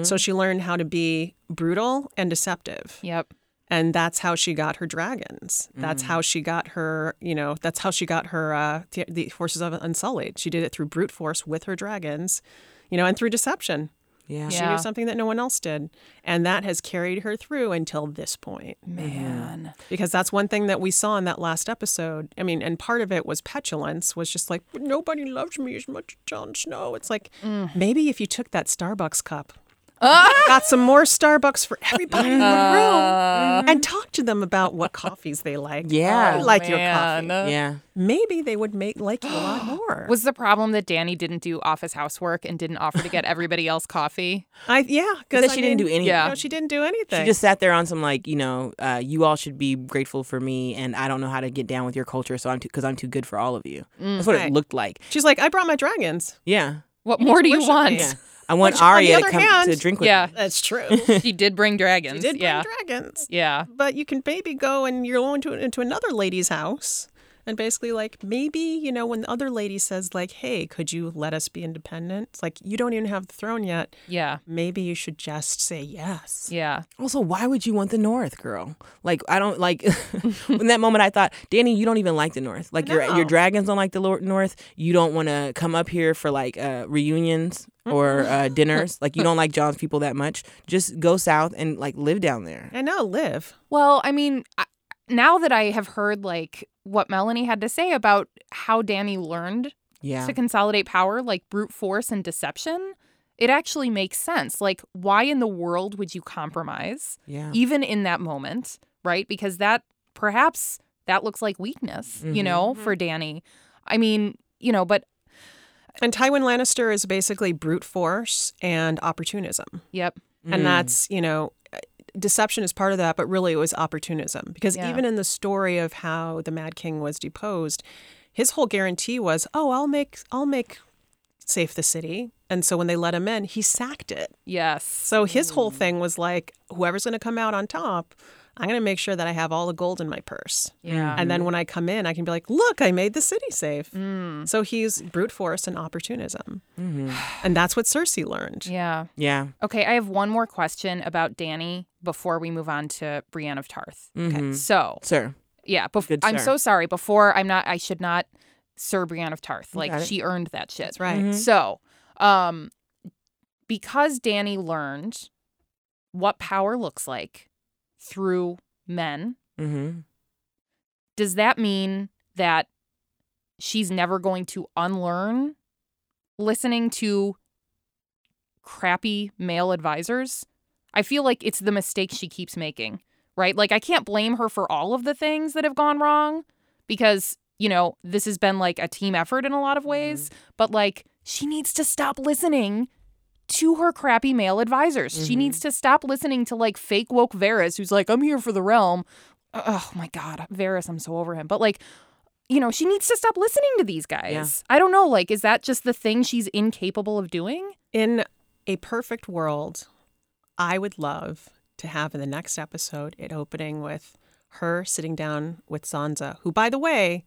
S3: So she learned how to be brutal and deceptive.
S2: Yep.
S3: And that's how she got her dragons. That's how she got her, you know, that's how she got her, uh, the, the forces of Unsullied. She did it through brute force with her dragons, you know, and through deception.
S1: Yeah.
S3: She
S2: Yeah.
S3: knew something that no one else did. And that has carried her through until this point.
S2: Man.
S3: Because that's one thing that we saw in that last episode. I mean, and part of it was petulance, was just like, "But nobody loves me as much as Jon Snow. It's like,
S1: Mm.
S3: maybe if you took that Starbucks cup, got some more Starbucks for everybody in the room, and talked to them about what coffees they like.
S1: Uh. Yeah.
S3: Oh, I like your coffee.
S2: Man.
S1: Yeah.
S3: Maybe they would make like you a lot more.
S2: Was the problem that Danny didn't do office housework and didn't offer to get everybody else coffee?
S3: I yeah, because
S1: That she didn't do anything.
S2: yeah.
S3: No, she didn't do anything.
S1: She just sat there on some like you know, uh, you all should be grateful for me, and I don't know how to get down with your culture, so I'm too because I'm too good for all of you. That's what
S3: Mm, Right.
S1: it looked like.
S3: She's like, I brought my dragons.
S1: Yeah,
S2: What more do you
S3: worship
S2: want?
S3: me.
S1: yeah. I want
S3: Which, on the
S1: Arya to
S3: other
S1: come
S3: hand-
S1: to drink with.
S2: Yeah.
S1: me.
S3: That's true.
S2: She did bring
S3: She
S2: dragons.
S3: did
S2: yeah.
S3: bring dragons.
S2: yeah.
S3: But you can maybe go and you're going to into another lady's house and basically like maybe you know when the other lady says like, hey, could you let us be independent? It's like you don't even have the throne yet.
S2: Yeah.
S3: Maybe you should just say yes.
S2: Yeah.
S1: Also, why would you want the North, girl? Like, I don't like. in that moment, I thought, Danny, you don't even like the North. Like, your
S3: No.
S1: your dragons don't like the Lord North. You don't want to come up here for like uh, reunions or uh, dinners. like, you don't like John's people that much. Just go south and like live down there.
S3: I know, live.
S2: Well, I mean, I, now that I have heard like what Melanie had to say about how Danny learned
S1: Yeah,
S2: to consolidate power, like brute force and deception, it actually makes sense. Like, why in the world would you compromise,
S1: yeah,
S2: even in that moment, right? Because that perhaps that looks like weakness, you
S1: Mhm.
S2: know, for Danny. I mean, you know, but
S3: And Tywin Lannister is basically brute force and opportunism.
S2: yep,
S1: Mm.
S3: and that's you know deception is part of that but really it was opportunism because
S2: Yeah.
S3: even in the story of how the mad king was deposed his whole guarantee was oh i'll make i'll make safe the city and so when they let him in he sacked it
S2: yes,
S3: so his
S2: Mm.
S3: whole thing was like whoever's going to come out on top i'm going to make sure that i have all the gold in my purse
S2: yeah,
S3: and then when i come in i can be like look i made the city safe
S2: Mm.
S3: so he's brute force and opportunism
S1: Mhm.
S3: and that's what cersei learned
S2: yeah.
S1: yeah.
S2: Okay, I have one more question about Danny before we move on to Brienne of Tarth.
S1: Mhm.
S2: So,
S1: Sir,
S2: yeah, bef-
S1: Good
S2: I'm
S1: sir.
S2: so sorry. Before I'm not. I should not. Sir Brienne of Tarth,
S1: You
S2: like
S1: got it.
S2: she earned that shit.
S3: that's right
S1: Mhm.
S2: So, um, because Danny learned what power looks like through men,
S1: hmm
S2: does that mean that she's never going to unlearn listening to crappy male advisors? I feel like it's the mistake she keeps making, right? Like, I can't blame her for all of the things that have gone wrong because, you know, this has been like a team effort in a lot of ways, but like, she needs to stop listening to her crappy male advisors. She
S3: Mm-hmm.
S1: Mhm.
S2: needs to stop listening to like fake woke Varys, who's like, I'm here for the realm. Oh my God, Varys, I'm so over him. But like, you know, she needs to stop listening to these guys. I don't know. Like, is that just the thing she's incapable of doing?
S3: In a perfect world, I would love to have in the next episode it opening with her sitting down with Sansa, who, by the way,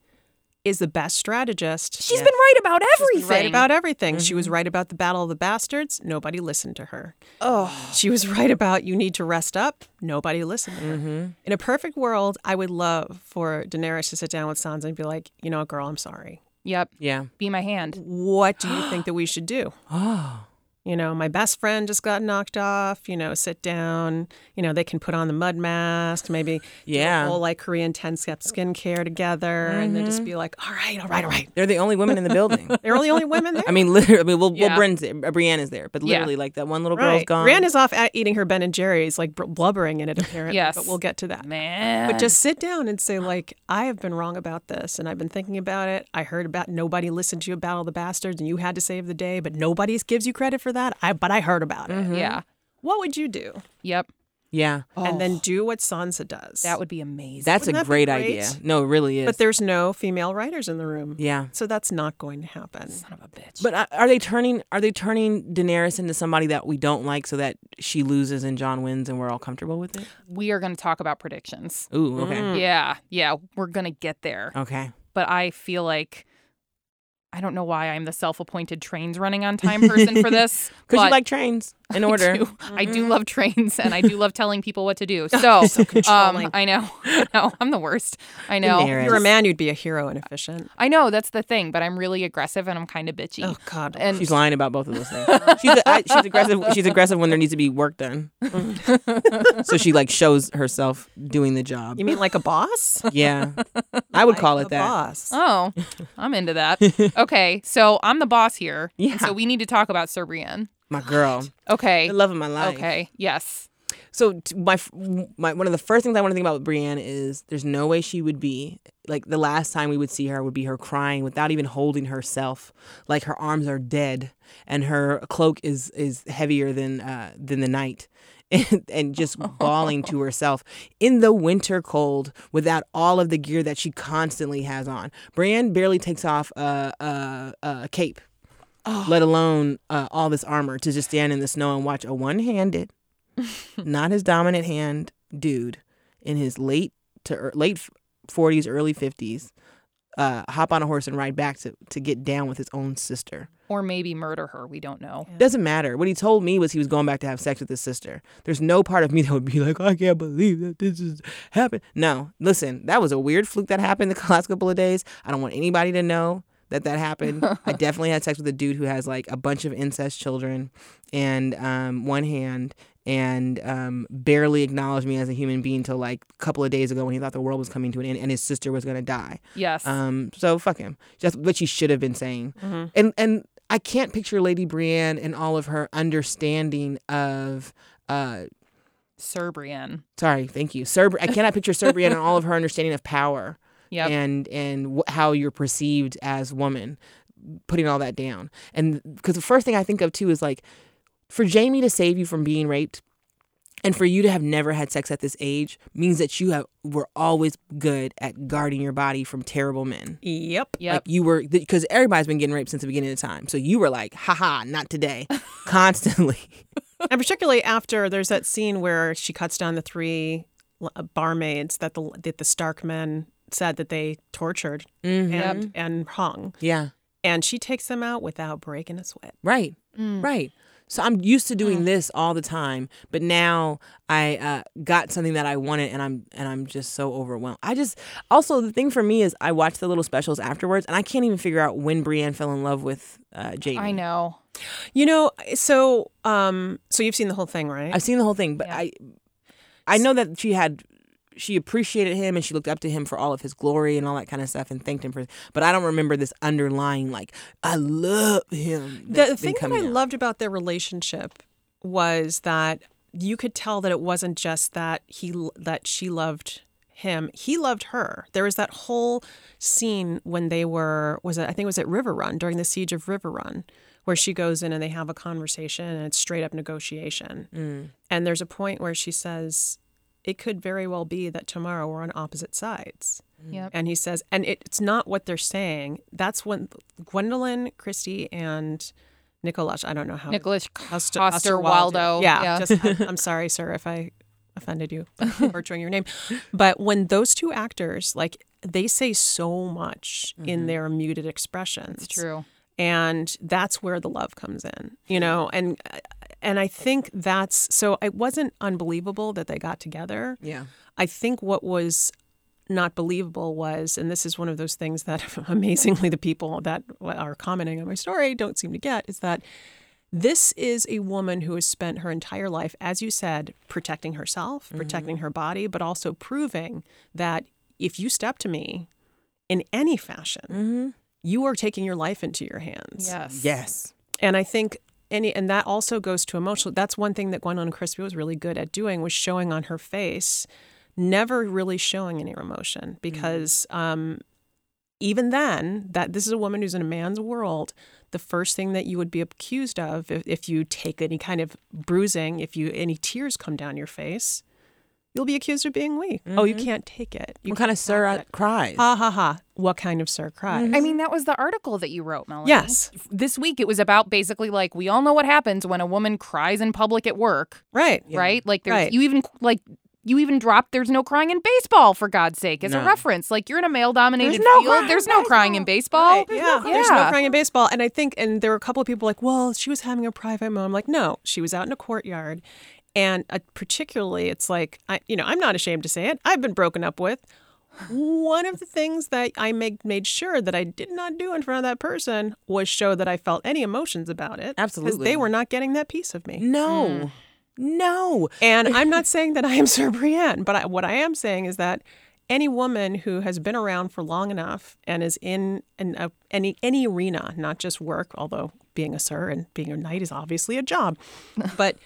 S3: is the best strategist.
S2: She's been right about everything.
S3: She's been right about everything. She was right about the Battle of the Bastards. Nobody listened to her.
S2: oh,
S3: She was right about you need to rest up. Nobody listened to her.
S1: Mm-hmm.
S3: In a perfect world, I would love for Daenerys to sit down with Sansa and be like, you know, girl, I'm sorry.
S2: yep.
S1: yeah.
S2: Be my hand.
S3: What do you think that we should do?
S1: Oh,
S3: you know, my best friend just got knocked off, you know, sit down, you know, they can put on the mud mask, maybe
S1: yeah. Mm-hmm.
S3: all like Korean 10 step skincare together and then just be like, all right, all right, all right.
S1: They're the only women in the building.
S3: They're the only women there.
S1: I mean, literally. I mean, well,
S2: Yeah.
S1: well, Bryn's there, Brienne is there, but
S2: Yeah.
S1: literally, like that one little girl's
S3: right.
S1: gone.
S3: Rand is off at eating her Ben and Jerry's, like br- blubbering in it apparently,
S2: Yes.
S3: but we'll get to that.
S2: Man.
S3: But just sit down and say, like, I have been wrong about this and I've been thinking about it. I heard about nobody listened to you about all the bastards and you had to save the day, but nobody gives you credit for that. I but I heard about
S1: Mm-hmm.
S3: it.
S2: yeah.
S3: What would you do?
S2: Yep.
S1: yeah.
S2: Oh,
S3: And then do what Sansa does.
S2: that would be amazing.
S1: That's
S3: Wouldn't
S1: a
S3: that be
S1: great,
S3: great?
S1: idea. No, it really is.
S3: But there's no female writers in the room.
S1: yeah.
S3: So that's not going to happen.
S2: Son of a bitch.
S1: But uh, are they turning are they turning Daenerys into somebody that we don't like so that she loses and John wins and we're all comfortable with it? Mm.
S2: we are going to talk about predictions.
S1: Ooh, okay.
S3: Hmm. Mm.
S2: Yeah. Yeah. We're going to get there.
S1: Okay.
S2: but I feel like I don't know why I'm the self-appointed trains running on time person for this.
S1: Cuz
S2: but
S1: you like trains. in order.
S2: I do, I do love trains and I do love telling people what to do. So, um,
S3: controlling.
S2: I know. I know. I'm the worst. I know.
S3: If you were a man, you'd be a hero and efficient.
S2: I know. That's the thing, but I'm really aggressive and I'm kind of bitchy.
S3: Oh God.
S2: And
S1: She's lying about both of those things. She's, I, she's aggressive. She's aggressive when there needs to be work done. so she like shows herself doing the job.
S3: you mean like a boss?
S1: Yeah, I would
S3: Like
S1: call
S3: a
S1: it that.
S3: Boss.
S2: oh, I'm into that. Okay. So, I'm the boss here. and
S1: Yeah.
S2: so, we need to talk about Sir Brienne.
S1: My girl,
S2: Okay.
S1: the love of my life.
S2: Okay. Yes.
S1: So t- my f- my one of the first things I want to think about with Brienne is there's no way she would be like the last time we would see her would be her crying without even holding herself. Like her arms are dead and her cloak is is heavier than uh, than the night. And, and just bawling to herself in the winter cold without all of the gear that she constantly has on. Brienne barely takes off a, a, a cape, let alone uh, all this armor, to just stand in the snow and watch a one handed not his dominant hand dude in his late to er, late 40s early 50s uh, hop on a horse and ride back to, to get down with his own sister
S2: Or maybe murder her. We don't know.
S1: doesn't matter what he told me was he was going back to have sex with his sister there's no part of me that would be like i can't believe that this is happened no listen that was a weird fluke that happened the last couple of days i don't want anybody to know that that happened i definitely had sex with a dude who has like a bunch of incest children and um, one hand and um, barely acknowledged me as a human being till like a couple of days ago when he thought the world was coming to an end and his sister was going to die
S2: Yes.
S1: um, so fuck him. That's what she should have been saying. And and I can't picture Lady Brienne and all of her understanding of. Uh,
S2: Sir Brienne.
S1: sorry, thank you, Sir. I cannot picture Sir Brienne and all of her understanding of power
S2: Yep.
S1: and and wh- how you're perceived as woman. Putting all that down, and because the first thing I think of too is like, for Jamie to save you from being raped, and for you to have never had sex at this age means that you have were always good at guarding your body from terrible men.
S3: Yep.
S2: Yep.
S1: Like you were, because everybody's been getting raped since the beginning of time. So you were like, haha, not today, constantly.
S3: And particularly after there's that scene where she cuts down the three l- uh, barmaids that the that the Stark men said that they tortured
S1: Mm-hmm.
S3: and and hung,
S1: Yeah.
S3: and she takes them out without breaking a sweat.
S1: Right. Right. So I'm used to doing this all the time, but now I uh, got something that I wanted, and I'm and I'm just so overwhelmed. I just also the thing for me is I watch the little specials afterwards, and I can't even figure out when Brienne fell in love with uh, Jamie.
S2: I know.
S3: You know, so um, so you've seen the whole thing, right?
S1: I've seen the whole thing, but
S2: Yeah.
S1: I I know that she had she appreciated him and she looked up to him for all of his glory and all that kind of stuff and thanked him for but I don't remember this underlying like I love him.
S3: the
S1: that's been
S3: thing that
S1: coming
S3: I
S1: out.
S3: loved about their relationship was that you could tell that it wasn't just that he that she loved him he loved her there was that whole scene when they were was it i think it was at river run during the siege of river run where she goes in and they have a conversation and it's straight up negotiation
S1: Mm.
S3: and there's a point where she says it could very well be that tomorrow we're on opposite sides
S2: Yep.
S3: and he says, and it, it's not what they're saying. That's when Gwendolyn Christie and Nicholas, I don't know how
S2: Nicholas
S3: Oster-
S2: Coster, Waldo.
S3: Yeah, Just, I, am sorry, sir, if I offended you by butchering your name. But when those two actors, like, they say so much in their muted expressions.
S2: Mm-hmm. it's true.
S3: and that's where the love comes in you know and and i think that's so it wasn't unbelievable that they got together
S1: Yeah.
S3: I think what was not believable was, and this is one of those things that amazingly the people that are commenting on my story don't seem to get, is that this is a woman who has spent her entire life, as you said, protecting herself, protecting her body, but also proving that if you step to me in any fashion, you are taking your life into your hands.
S2: Yes.
S1: Yes.
S3: And I think any and that also goes to emotional. That's one thing that Gwendolyn Crispy was really good at doing was showing on her face, never really showing any
S1: Mm-hmm.
S3: emotion because um, even then, that this is a woman who's in a man's world. The first thing that you would be accused of if, if you take any kind of bruising, if you any tears come down your face, you'll be accused of being weak. Oh, you can't take it. Uh, You
S1: Mm-hmm. what kind of sir I,
S3: can't-
S1: cries?
S3: Ha ha ha! What kind of sir cry?
S1: Mm-hmm.
S2: I mean, that was the article that you wrote, Melanie.
S3: Yes.
S2: This week it was about basically like we all know what happens when a woman cries in public at work,
S3: Right.
S2: right? Like there's
S3: Right.
S2: you even like You even dropped there's no crying in baseball for God's sake as a
S1: No.
S2: reference. Like you're in a male dominated
S1: There's no crying
S2: field. There's no
S1: in
S2: crying in baseball.
S3: Right, yeah, there's no
S2: Yeah.
S3: crying in baseball. And I think, and there were a couple of people like, well, she was having a private moment. I'm like, no, she was out in a courtyard. And uh, particularly, it's like, I, you know, I'm not ashamed to say it. I've been broken up with. One of the things that I made made sure that I did not do in front of that person was show that I felt any emotions about it. because
S1: Absolutely.
S3: they were not getting that piece of me. mm.
S1: No. No.
S3: And I'm not saying that I am Sir Brienne, but I, what I am saying is that any woman who has been around for long enough and is in an, a, any any arena, not just work, although being a sir and being a knight is obviously a job, but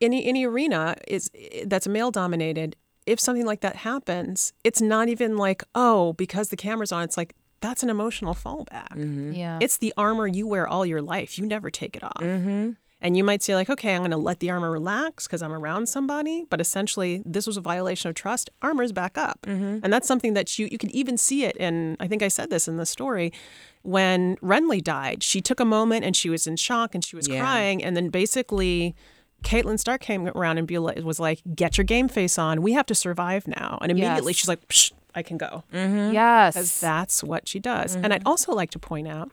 S3: any any arena is that's male dominated. If something like that happens, it's not even like oh because the camera's on. It's like that's an emotional fallback.
S2: Yeah.
S3: It's the armor you wear all your life. You never take it off.
S2: Mm-hmm.
S3: And you might say, like, okay, I'm going to let the armor relax because I'm around somebody. But essentially, this was a violation of trust. Armor's back up.
S2: Mm-hmm.
S3: And that's something that you, you can even see it in, I think I said this in the story, when Renly died. She took a moment and she was in shock and she was
S1: Yeah.
S3: crying. And then basically, Caitlyn Stark came around and be like, was like, get your game face on. We have to survive now. And immediately
S2: Yes.
S3: she's like, Psh, I can go.
S2: Yes.
S3: That's what she does. And I'd also like to point out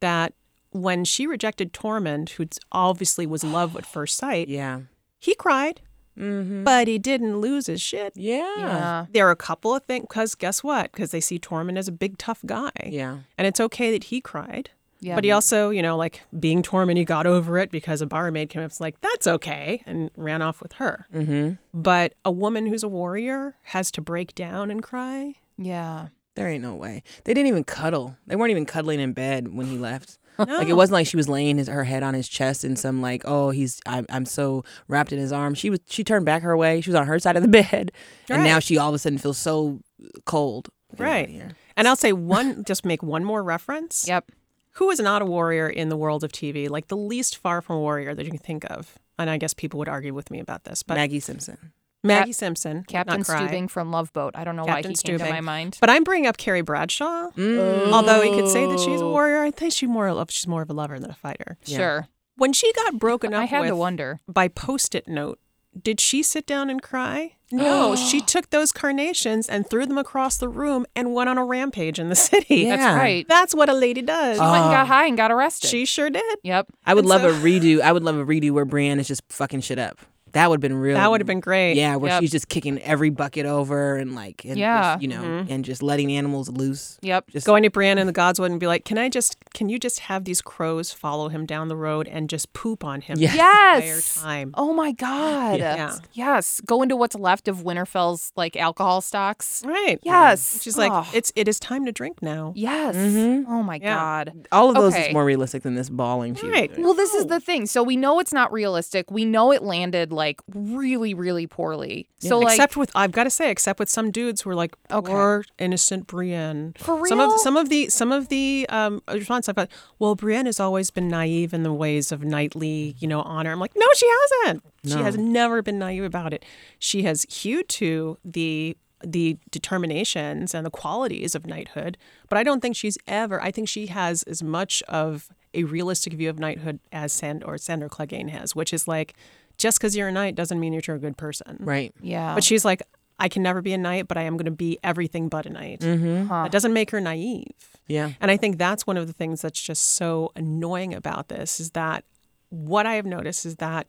S3: that when she rejected Tormund, who obviously was love at first sight,
S1: Yeah.
S3: he cried, but he didn't lose his shit.
S1: Yeah. Yeah.
S2: yeah.
S3: There are a couple of things, because guess what? Because they see Tormund as a big, tough guy. And it's okay that he cried.
S2: Yeah.
S3: But he also, you know, like being Tormund, he got over it because a barmaid came up and was like, that's okay, and ran off with her.
S1: Mhm.
S3: But a woman who's a warrior has to break down and cry.
S2: Yeah.
S1: There ain't no way. They didn't even cuddle. They weren't even cuddling in bed when he left. Like it
S3: No.
S1: wasn't like she was laying his, her head on his chest in some like oh he's I'm, I'm so wrapped in his arms. She was she turned back her way. She was on her side of the bed, and now
S3: Right.
S1: she all of a sudden feels so cold. Get outta
S3: Right.
S1: here.
S3: And I'll say one, just make one more reference.
S2: Yep.
S3: Who is not a warrior in the world of TV? Like the least far from a warrior that you can think of. And I guess people would argue with me about this, but
S1: Maggie Simpson.
S3: Maggie Simpson, would
S2: Captain
S3: not cry.
S2: Stubing from Love Boat. I don't know why
S3: Captain
S2: he came to
S3: Steubing.
S2: my mind.
S3: But I'm bringing up Carrie Bradshaw. Although we could say that she's a warrior, I think she more of, she's more of a lover than a fighter.
S2: Sure.
S3: When she got broken up
S2: I had
S3: with
S2: to wonder.
S3: by post-it note, did she sit down and cry? No, she took those carnations and threw them across the room and went on a rampage in the city.
S1: Yeah.
S2: That's right. Oh.
S3: That's what a lady does.
S2: She went and got high and got arrested.
S3: She sure did.
S2: Yep.
S1: I would
S3: And
S1: love
S3: so-
S1: a redo. I would love a redo where Brienne is just fucking shit up. That would have been real.
S3: That would have been great.
S1: Um, Yeah, where
S2: Yep.
S1: she's just kicking every bucket over and like and
S2: Yeah.
S1: just, you know
S3: Mm-hmm.
S1: and just letting animals loose.
S2: Yep.
S1: Just
S3: Going to Brienne and the Godswood and be like, "Can I just? Can you just have these crows follow him down the road and just poop on him
S1: Yeah.
S3: the
S2: Yes.
S3: entire time?"
S2: Oh my God.
S3: Yeah.
S2: Yes. Go into what's left of Winterfell's like alcohol stocks.
S3: Right?
S2: Oh, Yes.
S3: She's like,
S2: Oh.
S3: "It's it is time to drink now."
S2: Yes. Oh my
S3: Yeah.
S2: God.
S1: all of those
S2: Okay.
S1: is more realistic than this bawling. she was
S3: Right.
S1: doing.
S2: Well, this is the thing. So we know it's not realistic. We know it landed like really, really poorly. So like
S3: except with I've got to say, except with some dudes who are like
S2: Okay.
S3: poor innocent Brienne.
S2: For
S3: Some of
S2: real?
S3: some of the some of the um, response I've got. Well, Brienne has always been naive in the ways of knightly, you know, honor. I'm like, no, she hasn't. She has never been naive about it. She has hewed to the the determinations and the qualities of knighthood, but I don't think she's ever. I think she has as much of a realistic view of knighthood as Sand or Sandor Clegane has, which is like, just because you're a knight doesn't mean that you're a good person.
S1: Right.
S2: Yeah.
S3: But she's like, I can never be a knight, but I am going to be everything but a knight. That doesn't make her naive.
S1: Yeah.
S3: And I think that's one of the things that's just so annoying about this is that what I have noticed is that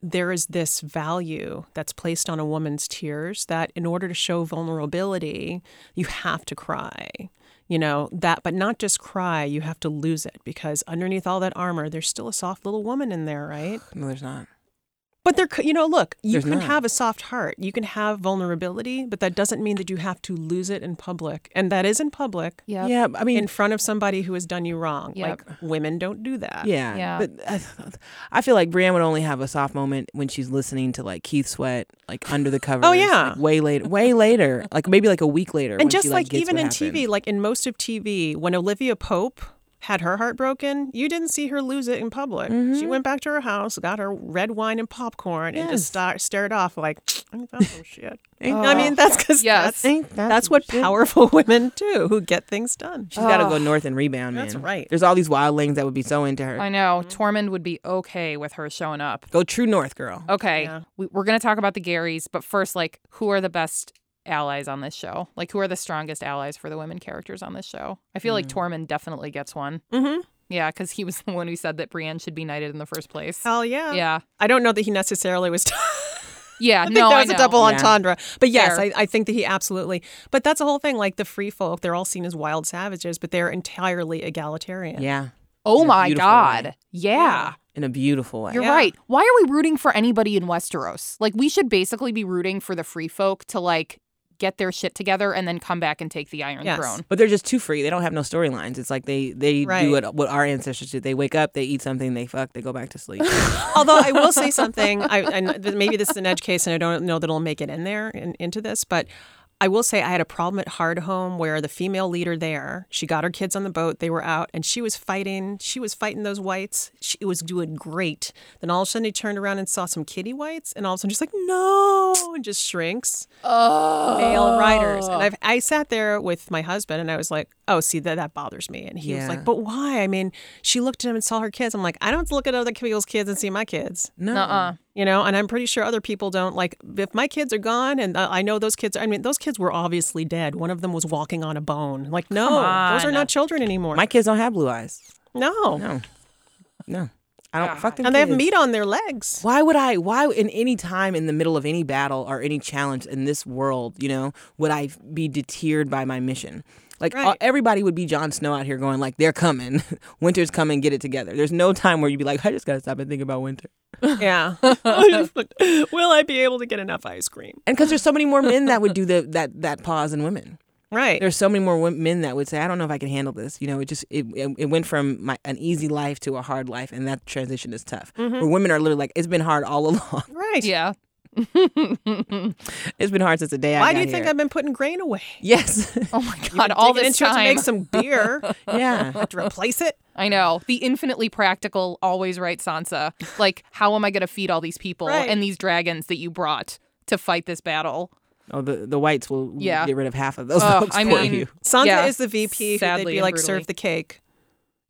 S3: there is this value that's placed on a woman's tears that in order to show vulnerability, you have to cry. You know, that, but not just cry, you have to lose it because underneath all that armor, there's still a soft little woman in there, right?
S1: No, there's not.
S3: But there, could- you know, look, you
S1: There's
S3: can
S1: not.
S3: have a soft heart, you can have vulnerability, but that doesn't mean that you have to lose it in public. And that is in public,
S2: yeah.
S1: Yeah. I mean,
S3: in front of somebody who has done you wrong.
S2: Yep.
S3: Like women don't do that.
S1: Yeah.
S2: Yeah.
S1: But I, I feel like Brienne would only have a soft moment when she's listening to like Keith Sweat, like under the covers.
S3: Oh, yeah.
S1: like, way later. Way later. Like maybe like a week later.
S3: And
S1: when she,
S3: just like,
S1: gets
S3: even
S1: what
S3: in
S1: happened.
S3: TV, like in most of TV, when Olivia Pope had her heart broken. You didn't see her lose it in public. She
S1: Mm-hmm.
S3: went back to her house, got her red wine and popcorn, and just star- stared off like, ain't that some shit? I mean, that's because
S2: Yes.
S3: that's, that's what powerful women do who get things done.
S1: She's got to go north and rebound, man.
S3: That's right.
S1: There's all these wildlings that would be so into her.
S2: I know. Tormund would be okay with her showing up.
S1: Go true north, girl.
S3: Oh,
S2: Okay.
S3: Yeah.
S2: We, we're going to talk about the Garys, but first, like, who are the best allies on this show? Like, who are the strongest allies for the women characters on this show? I feel like
S3: Mm.
S2: Tormund definitely gets one.
S3: Mm-hmm.
S2: Yeah, because he was the one who said that Brienne should be knighted in the first place.
S3: Hell yeah.
S2: Yeah.
S3: I don't know that he necessarily was.
S2: Yeah.
S3: I think
S2: no,
S3: that was
S2: I
S3: a
S2: know.
S3: double
S1: Yeah.
S3: entendre. But yes,
S2: Fair.
S3: I, I think that he absolutely. But that's the whole thing. Like the free folk, they're all seen as wild savages, but they're entirely egalitarian.
S1: Yeah.
S2: Oh
S1: In a
S2: my
S1: beautiful
S2: God.
S1: way.
S2: Yeah.
S1: In a beautiful way.
S2: You're
S3: Yeah.
S2: right. Why are we rooting for anybody in Westeros? Like, we should basically be rooting for the free folk to, like, get their shit together and then come back and take the Iron
S3: Yes.
S2: Throne.
S1: But they're just too free. They don't have no storylines. It's like they they
S3: Right.
S1: do what what our ancestors did. They wake up, they eat something, they fuck, they go back to sleep.
S3: Although I will say something, I, and th- maybe this is an edge case, and I don't know that it'll make it in there and into this, but I will say I had a problem at Hard Home where the female leader there, she got her kids on the boat, they were out, and she was fighting. She was fighting those whites. She was doing great. Then all of a sudden, he turned around and saw some kitty whites, and all of a sudden, she's like, "No!" and just shrinks.
S2: Oh.
S3: male writers. And I've, I sat there with my husband and I was like, oh, see, that, that bothers me. And he was
S1: Yeah.
S3: like, but why? I mean, she looked at him and saw her kids. I'm like, I don't look at other people's kids and see my kids,
S1: No.
S2: Uh-uh.
S3: you know? And I'm pretty sure other people don't. Like, if my kids are gone and uh, I I know those kids, I mean, those kids were obviously dead. One of them was walking on a bone. Like, no, those are
S2: on.
S3: not children anymore.
S1: My kids don't have blue eyes.
S3: no.
S1: No. No. I don't fuck them.
S3: And they have
S1: kids.
S3: meat on their legs.
S1: Why would I? Why in any time in the middle of any battle or any challenge in this world, you know, would I be deterred by my mission? Like
S3: Right.
S1: all- everybody would be Jon Snow out here going like, "They're coming, winter's coming, get it together." There's no time where you'd be like, "I just gotta stop and think about winter,"
S3: yeah. Will I be able to get enough ice cream?
S1: and because there's so many more men that would do the, that that pause than women.
S3: Right.
S1: There's so many more wom- men that would say, "I don't know if I can handle this." You know, it just it, it, it went from my, an easy life to a hard life, and that transition is tough. Where women are literally like, "It's been hard all along.
S3: right.
S2: Yeah.
S1: it's been hard since the day I
S3: Why
S1: got
S3: do you think
S1: here."
S3: I've been putting grain away?
S1: Yes.
S2: Oh my
S3: You
S2: god!
S3: can
S2: All
S3: dig it
S2: this
S3: into it
S2: time,
S3: to make some beer
S1: yeah.
S3: to replace it.
S2: I know the infinitely practical, always right Sansa. Like, how am I going to feed all these people
S3: Right.
S2: and these dragons that you brought to fight this battle?
S1: Oh, the, the whites will
S2: Yeah.
S1: get rid of half of those
S2: Ugh,
S1: folks
S2: I
S1: for
S2: mean,
S1: you.
S3: Sansa
S2: Yeah,
S3: is the VP who they'd
S2: sadly
S3: be
S2: and
S3: like,
S2: brutally.
S3: serve the cake.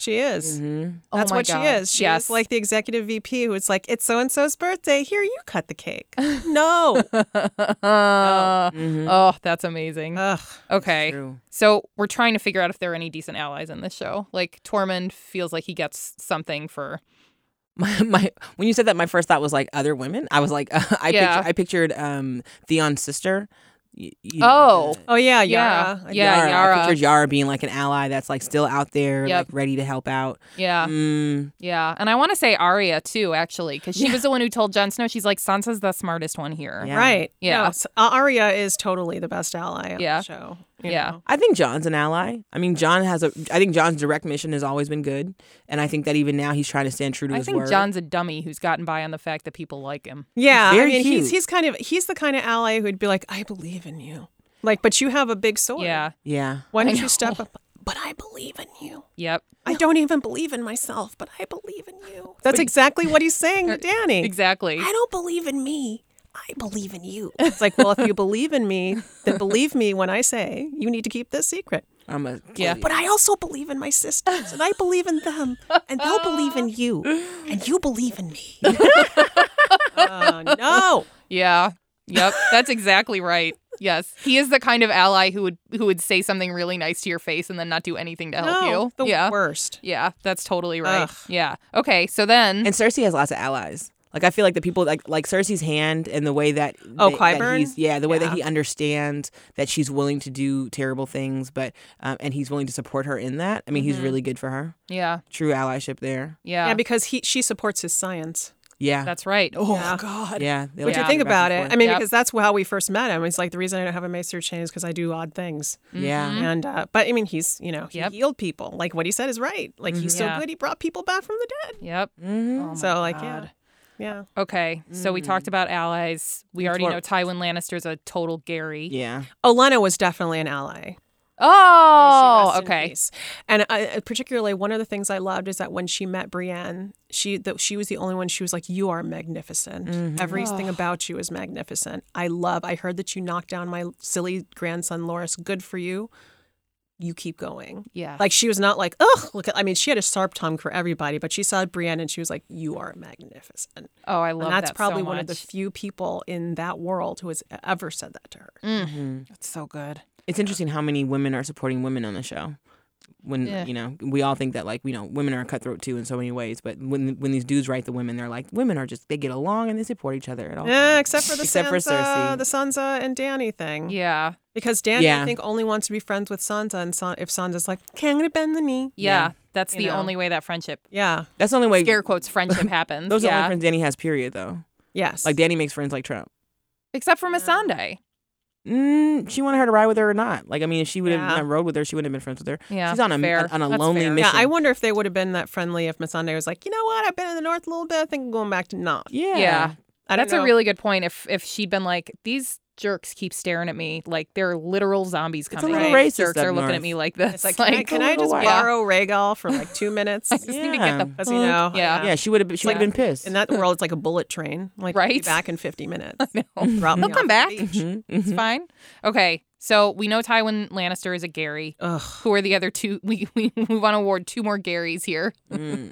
S3: She is.
S2: Oh
S3: That's
S2: my
S3: what
S2: God.
S3: she is. She
S2: yes.
S3: is like the executive VP who is like, it's so and so's birthday. Here, you cut the cake. no.
S2: Uh, Oh, that's amazing.
S3: Ugh.
S2: okay,
S1: Mm-hmm. True.
S2: so we're trying to figure out if there are any decent allies in this show. Like Tormund feels like he gets something for.
S1: My, my when you said that, my first thought was like other women. I was like, I
S2: Yeah.
S1: picture, I pictured um Theon's sister. Y- you-
S2: Oh.
S1: uh,
S3: Oh, yeah.
S2: Yeah.
S3: Yara.
S2: Yeah,
S1: Yara.
S2: Yara.
S1: I pictured Yara being like an ally that's like still out there,
S2: Yep.
S1: like ready to help out.
S2: Yeah.
S1: Mm,
S2: Yeah, and I want to say Arya too, actually, because she was the one who told Jon Snow she's like Sansa's the smartest one here.
S1: Yeah.
S3: Right.
S2: Yeah.
S3: No, S- uh, Arya is totally the best ally on
S2: Yeah.
S3: the show. you
S2: Yeah.
S3: know.
S1: I think John's an ally. I mean, John has a. I think John's direct mission has always been good, and I think that even now he's trying to stand true to
S2: I
S1: his
S2: think
S1: word.
S2: John's a dummy who's gotten by on the fact that people like him.
S3: Yeah. I
S1: very
S3: mean, he's,
S1: cute.
S3: he's kind of, he's the kind of ally who'd be like, I believe in you. Like, but you have a big sword.
S2: Yeah.
S1: yeah,
S3: Why
S2: I
S3: don't
S2: know.
S3: you step up? But I believe in you.
S2: Yep.
S3: I don't even believe in myself, but I believe in you. That's exactly what he's saying to Danny.
S2: Exactly.
S3: I don't believe in me. I believe in you. It's like, well, if you believe in me, then believe me when I say you need to keep this secret.
S1: I'm a.
S2: Yeah.
S3: But I also believe in my sisters, and I believe in them, and they'll believe in you, and you believe in me. oh no!
S2: Yeah. Yep. That's exactly right. Yes. He is the kind of ally who would who would say something really nice to your face and then not do anything to help
S3: no,
S2: you.
S3: the
S2: yeah.
S3: worst.
S2: Yeah, that's totally right.
S3: Ugh.
S2: Yeah. Okay, so then
S1: And Cersei has lots of allies. Like I feel like the people like like Cersei's hand and the way that
S3: Oh,
S1: that-
S3: Qyburn?
S1: that he's yeah the way
S3: Yeah.
S1: that he understands that she's willing to do terrible things, but um, and he's willing to support her in that. I mean,
S3: Mm-hmm.
S1: he's really good for her.
S2: yeah.
S1: True allyship there.
S2: Yeah.
S3: Yeah, because he she supports his science.
S1: Yeah,
S2: that's right. Oh,
S3: yeah.
S1: God. Yeah, they
S3: What
S1: like
S3: you
S2: Yeah.
S1: to
S3: think
S1: go back
S3: about
S1: and
S3: it? I
S1: forth.
S3: mean,
S2: Yep.
S3: because that's how we first met him. It's like the reason I don't have a mace or chain is because I do odd things.
S1: yeah,
S3: And uh, but I mean, he's you know
S2: Mm-hmm.
S3: he
S2: Yep. Mm-hmm.
S3: healed people. Like what he said is right. Like he's
S2: Yeah.
S3: so good, he brought people back from the dead.
S2: Yep.
S1: Mhm.
S2: Oh my
S3: Mm-hmm. so like
S2: God.
S3: yeah, Mm-hmm. yeah.
S2: Okay, so we talked about allies. We already know Tywin Lannister's a total Gary.
S1: yeah.
S3: Olenna was definitely an ally. May she
S2: Oh,
S3: rest in
S2: okay.
S3: peace. And I, I- particularly, one of the things I loved is that when she met Brienne, she that she was the only one. She was like, "You are magnificent. Everything
S2: Oh.
S3: about you is magnificent. I love. I heard that you knocked down my silly grandson, Loris. Good for you. You keep going."
S2: Yeah.
S3: Like she was not like, "Ugh, look." At, I mean, she had a sharp tongue for everybody, but she saw Brienne and she was like, "You are magnificent."
S2: oh, I love
S3: and that's
S2: that so
S3: probably one of the
S2: much.
S3: few people in that world who has e-, ever said that to her.
S2: Mm,
S1: Mhm.
S2: that's so good.
S1: It's interesting how many women are supporting women on the show. When
S2: Yeah.
S1: you know, we all think that like you know, women are cutthroat too in so many ways. But when when these dudes write the women, they're like, women are just they get along and they support each other at all.
S3: Yeah,
S1: times.
S3: Eh, except for the
S1: Except for
S3: Sansa,
S1: Cersei.
S3: the Sansa and Danny thing.
S2: Yeah.
S3: Because Danny, I
S1: Yeah.
S3: think, only wants to be friends with Sansa, and San- if Sansa's like, "Okay, I'm gonna bend the knee,"
S2: Yeah.
S1: Yeah.
S2: That's
S3: You
S2: the
S3: know.
S2: only way that friendship,
S3: yeah,
S1: That's the only way.
S2: scare quotes, friendship happens.
S1: Those are the
S2: yeah.
S1: only friends Danny has. Period though.
S3: yes,
S1: Like Danny makes friends like Trump.
S2: Except for
S3: Yeah.
S2: Missandei.
S1: Mm, she wanted her to ride with her or not. Like I mean, if she would have
S3: Yeah.
S1: not rode with her, she wouldn't have been friends with her.
S2: Yeah.
S1: She's on a-
S2: fair.
S1: on a
S2: That's
S1: lonely
S2: fair.
S1: mission.
S3: yeah. I wonder if they would have been that friendly if Missandei was like, "You know what? I've been in the north a little bit. I think I'm going back to Noth."
S1: Yeah.
S2: Yeah.
S3: I don't
S2: That's a
S3: know.
S2: really good point. If if she'd been like, these jerks keep staring at me like they're literal zombies
S1: a
S2: coming.
S3: little
S2: These
S1: racist
S2: jerks
S1: up
S2: are looking at
S1: north.
S2: me like this.
S3: It's like, can, I, can
S1: a
S3: I
S1: little
S3: just
S1: while.
S3: borrow Rhaegal for like two minutes?
S2: I just need to get the
S3: Because you know,
S2: fuck- Mm, Yeah.
S1: Yeah, she would have. She
S2: Like,
S1: would have been pissed.
S3: in that world, it's like a bullet train. Like, I'll be
S2: Right?
S3: back in 50 minutes.
S1: Mm-hmm.
S2: no.
S3: Drop me
S2: They'll
S3: off
S2: come
S3: at the
S2: back.
S3: beach.
S1: Mhm,
S2: It's
S1: mhm.
S2: fine. Okay. So we know Tywin Lannister is a Gary.
S3: Ugh.
S2: Who are the other two? We we move on award two more Garys here.
S1: Mm.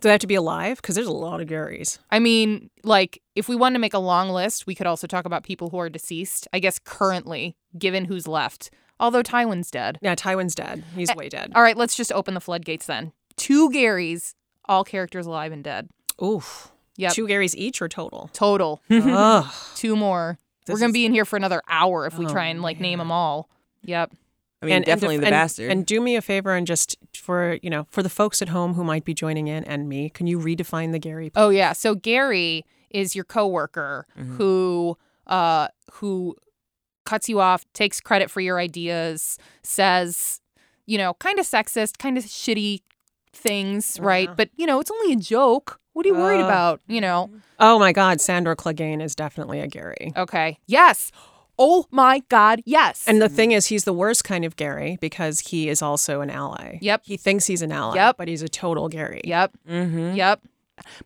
S3: Do they have to be alive? Because there's a lot of Garys.
S2: I mean, like, if we wanted to make a long list, we could also talk about people who are deceased. I guess currently, given who's left, although Tywin's dead.
S3: Yeah, Tywin's dead. He's
S2: Eh,
S3: way dead.
S2: All right, let's just open the floodgates then. Two Garys, all characters alive and dead.
S3: Oof.
S2: Yep.
S3: Two Garys each or total?
S2: Total,
S3: Ugh.
S2: two more.
S3: This
S2: We're gonna
S3: is-
S2: be in here for another hour if we
S3: Oh,
S2: try and like name
S3: man.
S2: them all. Yep.
S1: I mean,
S3: and- and
S1: definitely
S3: def-
S1: the
S3: and-
S1: bastard.
S3: And do me a favor and just for you know for the folks at home who might be joining in and me, can you redefine the Gary?
S2: Oh yeah. So Gary is your coworker
S3: Mm-hmm.
S1: Mhm.
S2: who uh who cuts you off, takes credit for your ideas, says, you know, kind of sexist, kind of shitty things, right?
S3: Oh, Yeah. Uh,
S2: But you know, it's only a joke. What are you worried
S3: Ugh.
S2: about? You know.
S3: Oh my God, Sandor Clegane is definitely a Gary.
S2: Okay. Yes. Oh my God. Yes.
S3: And the thing is, he's the worst kind of Gary because he is also an ally.
S2: Yep.
S3: He thinks he's an ally.
S2: Yep.
S3: But he's a total Gary.
S2: Yep.
S1: Mhm.
S2: Yep.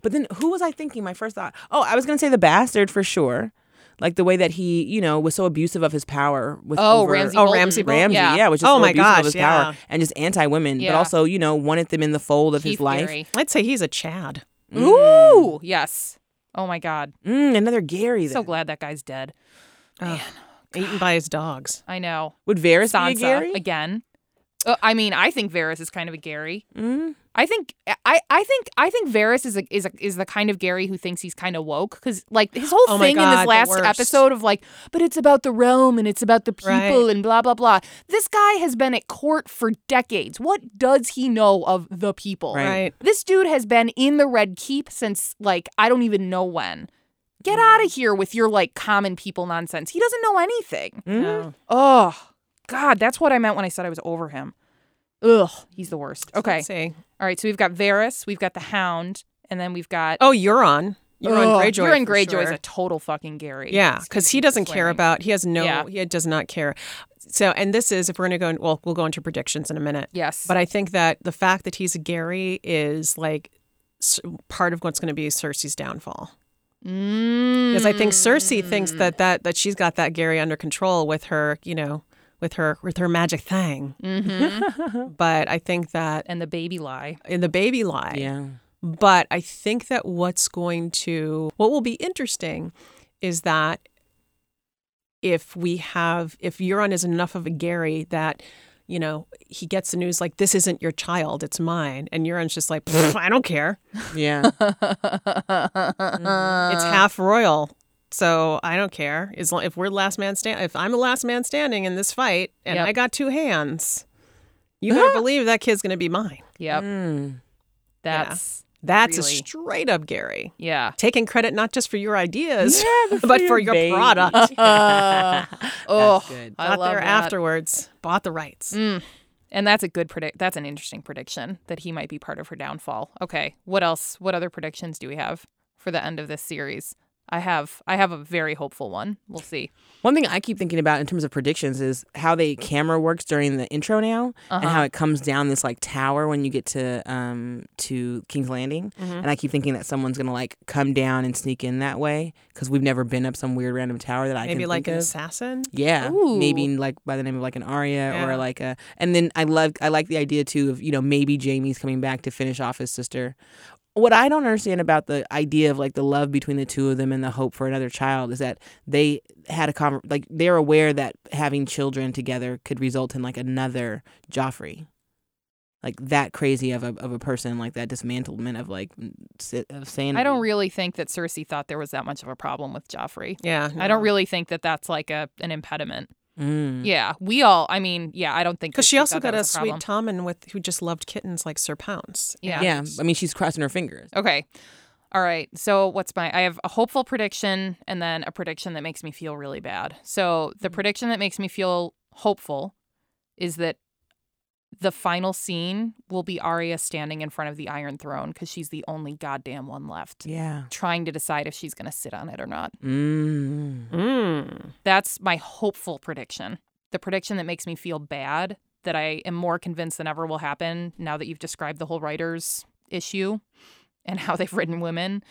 S1: But then who was I thinking? My first thought. Oh, I was gonna say the bastard for sure. Like the way that he, you know, was so abusive of his power with
S2: Oh,
S1: over-
S2: Ramsey.
S3: Oh, Ramsay Bolton.
S1: Ramsey, yeah. was just
S3: Oh
S1: so
S3: my
S1: abusive
S3: gosh,
S1: of his
S3: yeah.
S1: power and just anti women,
S2: Yeah.
S1: but also, you know, wanted them in the fold of
S2: Keith
S1: his life. Mm-hmm.
S2: Gary.
S3: I'd say he's a Chad.
S2: Ooh. Yes. Oh my God.
S1: Mm, another Gary. Then.
S2: So glad that guy's dead. oh,
S3: Ugh. Eaten by his dogs.
S2: I know.
S1: Would Varys
S2: Sansa
S1: be a Gary?
S2: again. Uh, I mean, I think Varys is kind of a Gary.
S1: Mm.
S2: I think I, I think I think Varys is a, is a, is the kind of Gary who thinks he's kind of woke because like his whole
S3: Oh my
S2: thing in
S3: God,
S2: this
S3: the
S2: last
S3: worst.
S2: episode of like, but it's about the realm and it's about the people
S3: Right.
S2: and blah blah blah. This guy has been at court for decades. What does he know of the people?
S1: Right.
S3: Right.
S2: This dude has been in the Red Keep since like I don't even know when. Get out of here with your like common people nonsense. He doesn't know anything.
S1: Mm.
S3: No.
S2: Oh, God, that's what I meant when I said I was over him. Ugh, he's the worst. Okay.
S3: Let's see.
S2: All right. So we've got Varys, we've got the Hound, and then we've got.
S3: Oh, Euron. Euron
S2: Ugh,
S3: Greyjoy.
S2: Euron
S3: for
S2: Greyjoy
S3: sure.
S2: is a total fucking Gary.
S3: Yeah, because he
S2: Excuse me for
S3: doesn't care
S2: swearing.
S3: about. He has no.
S2: Yeah.
S3: He does not care. So, and this is if we're gonna go. In, well, we'll go into predictions in a minute.
S2: Yes.
S3: But I think that the fact that he's a Gary is like s- part of what's going to be Cersei's downfall. Because I think Cersei thinks that that that she's got that Gary under control with her, you know, with her with her magic thing.
S2: hmm
S3: But I think that
S2: and the baby lie.
S3: in the baby lie,
S1: Yeah.
S3: but I think that what's going to, what will be interesting is that if we have, if Euron is enough of a Gary that, you know, he gets the news like, this isn't your child, it's mine. And Euron's just like, "Pfft, I don't care.
S1: Yeah.
S3: Uh-huh.
S2: Mm-hmm.
S3: It's
S2: Uh.
S3: half royal. So I don't care. As long, if we're the last man stand, if I'm the last man standing in this fight and
S2: Yep.
S3: I got two hands, you better believe that kid's going to be mine.
S2: Yep.
S1: Mm.
S2: That's.
S3: That's
S2: Really?
S3: a straight up Gary.
S2: Yeah.
S3: taking credit not just for your ideas,
S1: Yeah,
S3: but for your
S1: baby.
S3: product.
S2: oh,
S1: good.
S2: I
S3: Got
S2: love
S3: there
S2: that.
S3: afterwards, bought the rights.
S2: Mm. And that's a good predict. That's an interesting prediction that he might be part of her downfall. Okay, what else? What other predictions do we have for the end of this series? I have I have a very hopeful one. We'll see.
S1: One thing I keep thinking about in terms of predictions is how the camera works during the intro now, and
S3: Uh-huh.
S1: how it comes down this like tower when you get to um to King's Landing.
S3: Mm-hmm.
S1: And I keep thinking that someone's gonna like come down and sneak in that way because we've never been up some weird random tower that I
S3: Maybe
S1: can
S3: like
S1: think
S3: an
S1: of.
S3: assassin.
S1: Yeah, maybe
S2: Ooh.
S1: like by the name of like an Arya
S3: Yeah.
S1: or like a, and then I love I like the idea too of you know maybe Jamie's coming back to finish off his sister. What I don't understand about the idea of like the love between the two of them and the hope for another child is that they had a conver- like they're aware that having children together could result in like another Joffrey, like that crazy of a of a person like that dismantlement of like si- of sanity.
S2: I don't really think that Cersei thought there was that much of a problem with Joffrey.
S3: Yeah.
S2: I don't really think that that's like a an impediment.
S1: Mm.
S2: Yeah, we all. I mean, yeah, I don't think
S3: Because
S2: that
S3: she also
S2: thought that
S3: got a
S2: was
S3: sweet
S2: problem.
S3: Tommen with who just loved kittens like Sir Pounce.
S2: Yeah.
S1: yeah. I mean, she's crossing her fingers.
S2: Okay. All right. So what's my I have a hopeful prediction and then a prediction that makes me feel really bad. So the prediction that makes me feel hopeful is that the final scene will be Arya standing in front of the Iron Throne cuz she's the only goddamn one left
S1: Yeah.
S2: trying to decide if she's going to sit on it or not.
S1: Mm.
S3: Mm.
S2: That's my hopeful prediction. The prediction that makes me feel bad that I am more convinced than ever will happen now that you've described the whole writer's issue and how they've written women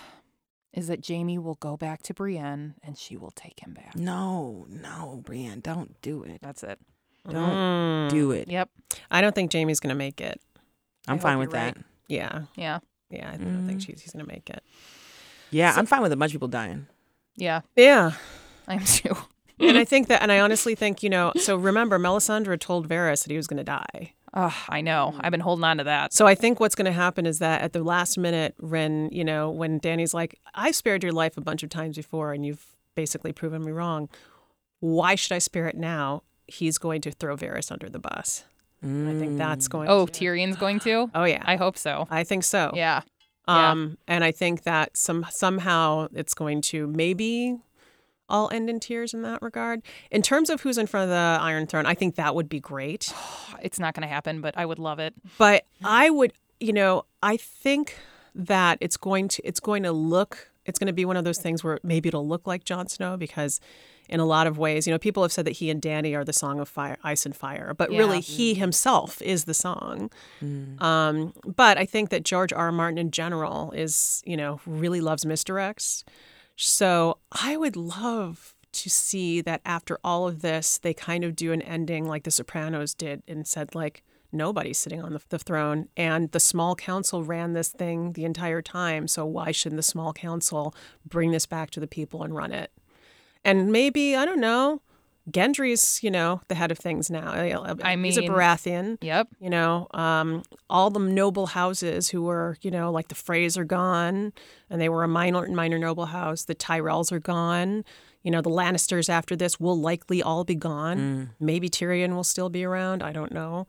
S2: is that Jamie will go back to Brienne and she will take him back.
S1: No, no, Brienne, don't do it.
S2: That's it.
S1: Don't
S3: Mm.
S1: Do it.
S2: Yep.
S3: I don't think Jamie's going to make it.
S1: I'm
S2: hope
S1: fine
S2: you're
S1: with that.
S3: Yeah.
S2: Yeah.
S3: Yeah. I don't think
S1: Mm.
S3: she's, he's going to make it.
S1: Yeah, I'm fine with a bunch of people dying.
S2: Yeah.
S3: Yeah.
S2: I am too.
S3: and I think that, and I honestly think, you know, so remember, Melisandre told Varys that he was going to die.
S2: Ugh, I know.
S3: Mm.
S2: I've been holding on to that.
S3: So I think what's going to happen is that at the last minute, when, you know, when Danny's like, I've spared your life a bunch of times before and you've basically proven me wrong. Why should I spare it now? He's going to throw Varys under the bus. And I think that's going
S2: Oh,
S3: to.
S2: Tyrion's going to?
S3: Oh, yeah.
S2: I hope so.
S3: I think so.
S2: Yeah. Yeah.
S3: Um, and I think that some somehow it's going to maybe all end in tears in that regard. In terms of who's in front of the Iron Throne, I think that would be great.
S2: It's not going to happen, but I would love it.
S3: But I would, you know, I think that it's going to it's going to look it's going to be one of those things where maybe it'll look like Jon Snow because in a lot of ways, you know, people have said that he and Danny are the song of fire, ice and fire, but really
S2: Yeah.
S3: he himself is the song. Um, but I think that George R. R. Martin in general is, you know, really loves misdirects. So I would love to see that after all of this, they kind of do an ending like The Sopranos did and said, like, nobody's sitting on the, the throne. And the small council ran this thing the entire time. So why shouldn't the small council bring this back to the people and run it? And maybe, I don't know, Gendry's, you know, the head of things now.
S2: I
S3: he's a
S2: mean-
S3: Baratheon
S2: Yep.
S3: you know um, all the noble houses who were you know like the Freys are gone and they were a minor minor noble house the Tyrells are gone you know the Lannisters after this will likely all be gone maybe Tyrion will still be around I don't know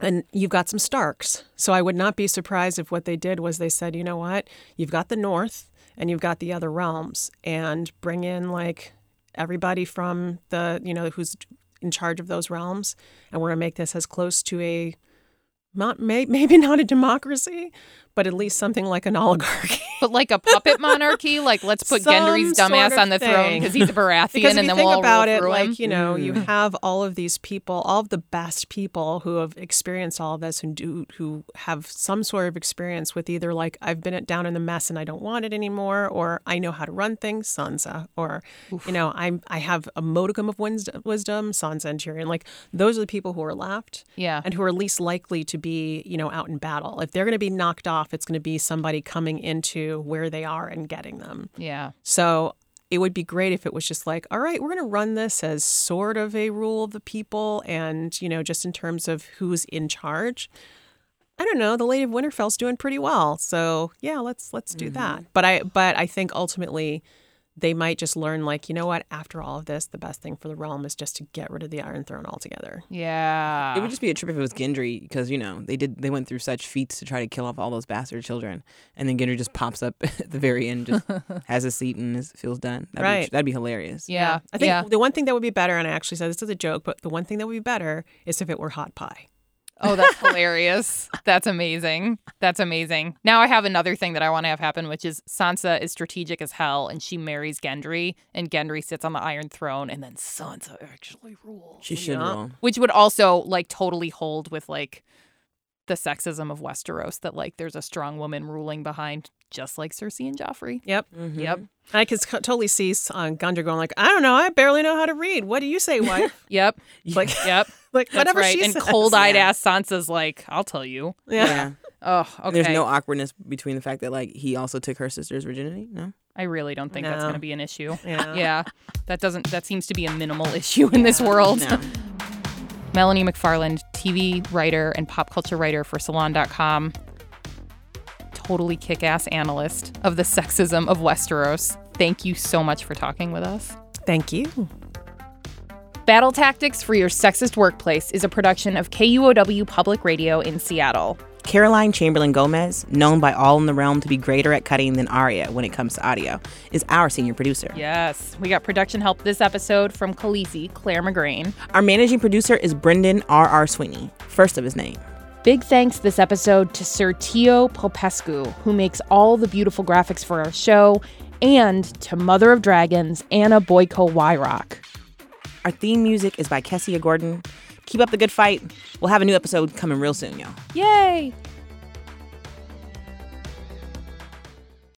S3: and you've got some Starks so I would not be surprised if what they did was they said you know what you've got the North and you've got the other realms and bring in like everybody from the you know who's in charge of those realms and we're going to make this as close to a not may, maybe not a democracy but at least something like an oligarchy
S2: But like a puppet monarchy, like let's put
S3: Some
S2: Gendry's
S3: sort
S2: dumbass
S3: of
S2: on the throne
S3: thing.
S2: because he's a Baratheon,
S3: because if
S2: and
S3: you
S2: then
S3: think
S2: we'll all
S3: about
S2: roll
S3: it
S2: through
S3: like
S2: him.
S3: you know you have all of these people all of the best people who have experienced all of this and do who have some sort of experience with either like i've been down in the mess and i don't want it anymore or i know how to run things sansa or you know i'm i have a modicum of wins- wisdom sansa and tyrion like those are the people who are left
S2: yeah.
S3: and who are least likely to be, you know, out in battle. If they're going to be knocked off, it's going to be somebody coming into where they are and getting them.
S2: Yeah.
S3: So it would be great if it was just like, all right, we're going to run this as sort of a rule of the people and, you know, just in terms of who's in charge. I don't know, the Lady of Winterfell's doing pretty well. So, yeah, let's let's do that.
S2: Mm-hmm.
S3: But I but I think ultimately they might just learn like, you know what, after all of this, the best thing for the realm is just to get rid of the Iron Throne altogether.
S2: Yeah.
S1: It would just be a trip if it was Gendry because you know they did they went through such feats to try to kill off all those bastard children, and then Gendry just pops up at the very end, just has a seat and is, feels done. That'd
S3: Right.
S1: be, that'd be hilarious.
S2: yeah.
S3: I think
S2: yeah.
S3: the one thing that would be better, and I actually said this as a joke, but the one thing that would be better is if it were hot pie.
S2: Oh, that's hilarious. That's amazing. That's amazing. Now I have another thing that I want to have happen, which is Sansa is strategic as hell and she marries Gendry and Gendry sits on the Iron Throne and then Sansa actually rules.
S1: She should
S3: Yeah.
S1: roll.
S2: Which would also like totally hold with like the sexism of Westeros that like there's a strong woman ruling behind just like Cersei and Joffrey.
S3: Yep.
S1: Mm-hmm.
S2: Yep.
S3: I could c- totally see uh, Gundry going like, I don't know, I barely know how to read. What do you say, wife?
S2: Yep.
S3: like,
S2: Yep.
S3: like
S2: That's
S3: whatever
S2: right.
S3: she
S2: and
S3: says.
S2: cold-eyed
S1: Yeah.
S2: ass Sansa's like, "I'll tell you."
S3: Yeah.
S1: Yeah.
S2: Oh, okay.
S1: There's no awkwardness between the fact that like he also took her sister's virginity. No.
S2: I really don't think that's
S3: No.
S2: going to be an issue.
S3: Yeah.
S2: yeah. That doesn't that seems to be a minimal issue in this world.
S1: No.
S2: Melanie McFarland, TV writer and pop culture writer for salon.com. Totally kick-ass analyst of the sexism of Westeros. Thank you so much for talking with us.
S3: Thank you.
S2: Battle Tactics for Your Sexist Workplace is a production of KUOW Public Radio in Seattle.
S1: Caroline Chamberlain Gomez, known by all in the realm to be greater at cutting than Aria when it comes to audio, is our senior producer.
S2: Yes, we got production help this episode from Khaleesi, Claire McGrain.
S1: Our managing producer is Brendan R.R. Sweeney, first of his name.
S2: Big thanks this episode to Sir Tio Popescu, who makes all the beautiful graphics for our show, and to Mother of Dragons, Anna Boyko Wyrock.
S1: Our theme music is by Kessia Gordon. Keep up the good fight. We'll have a new episode coming real soon, y'all.
S2: Yay!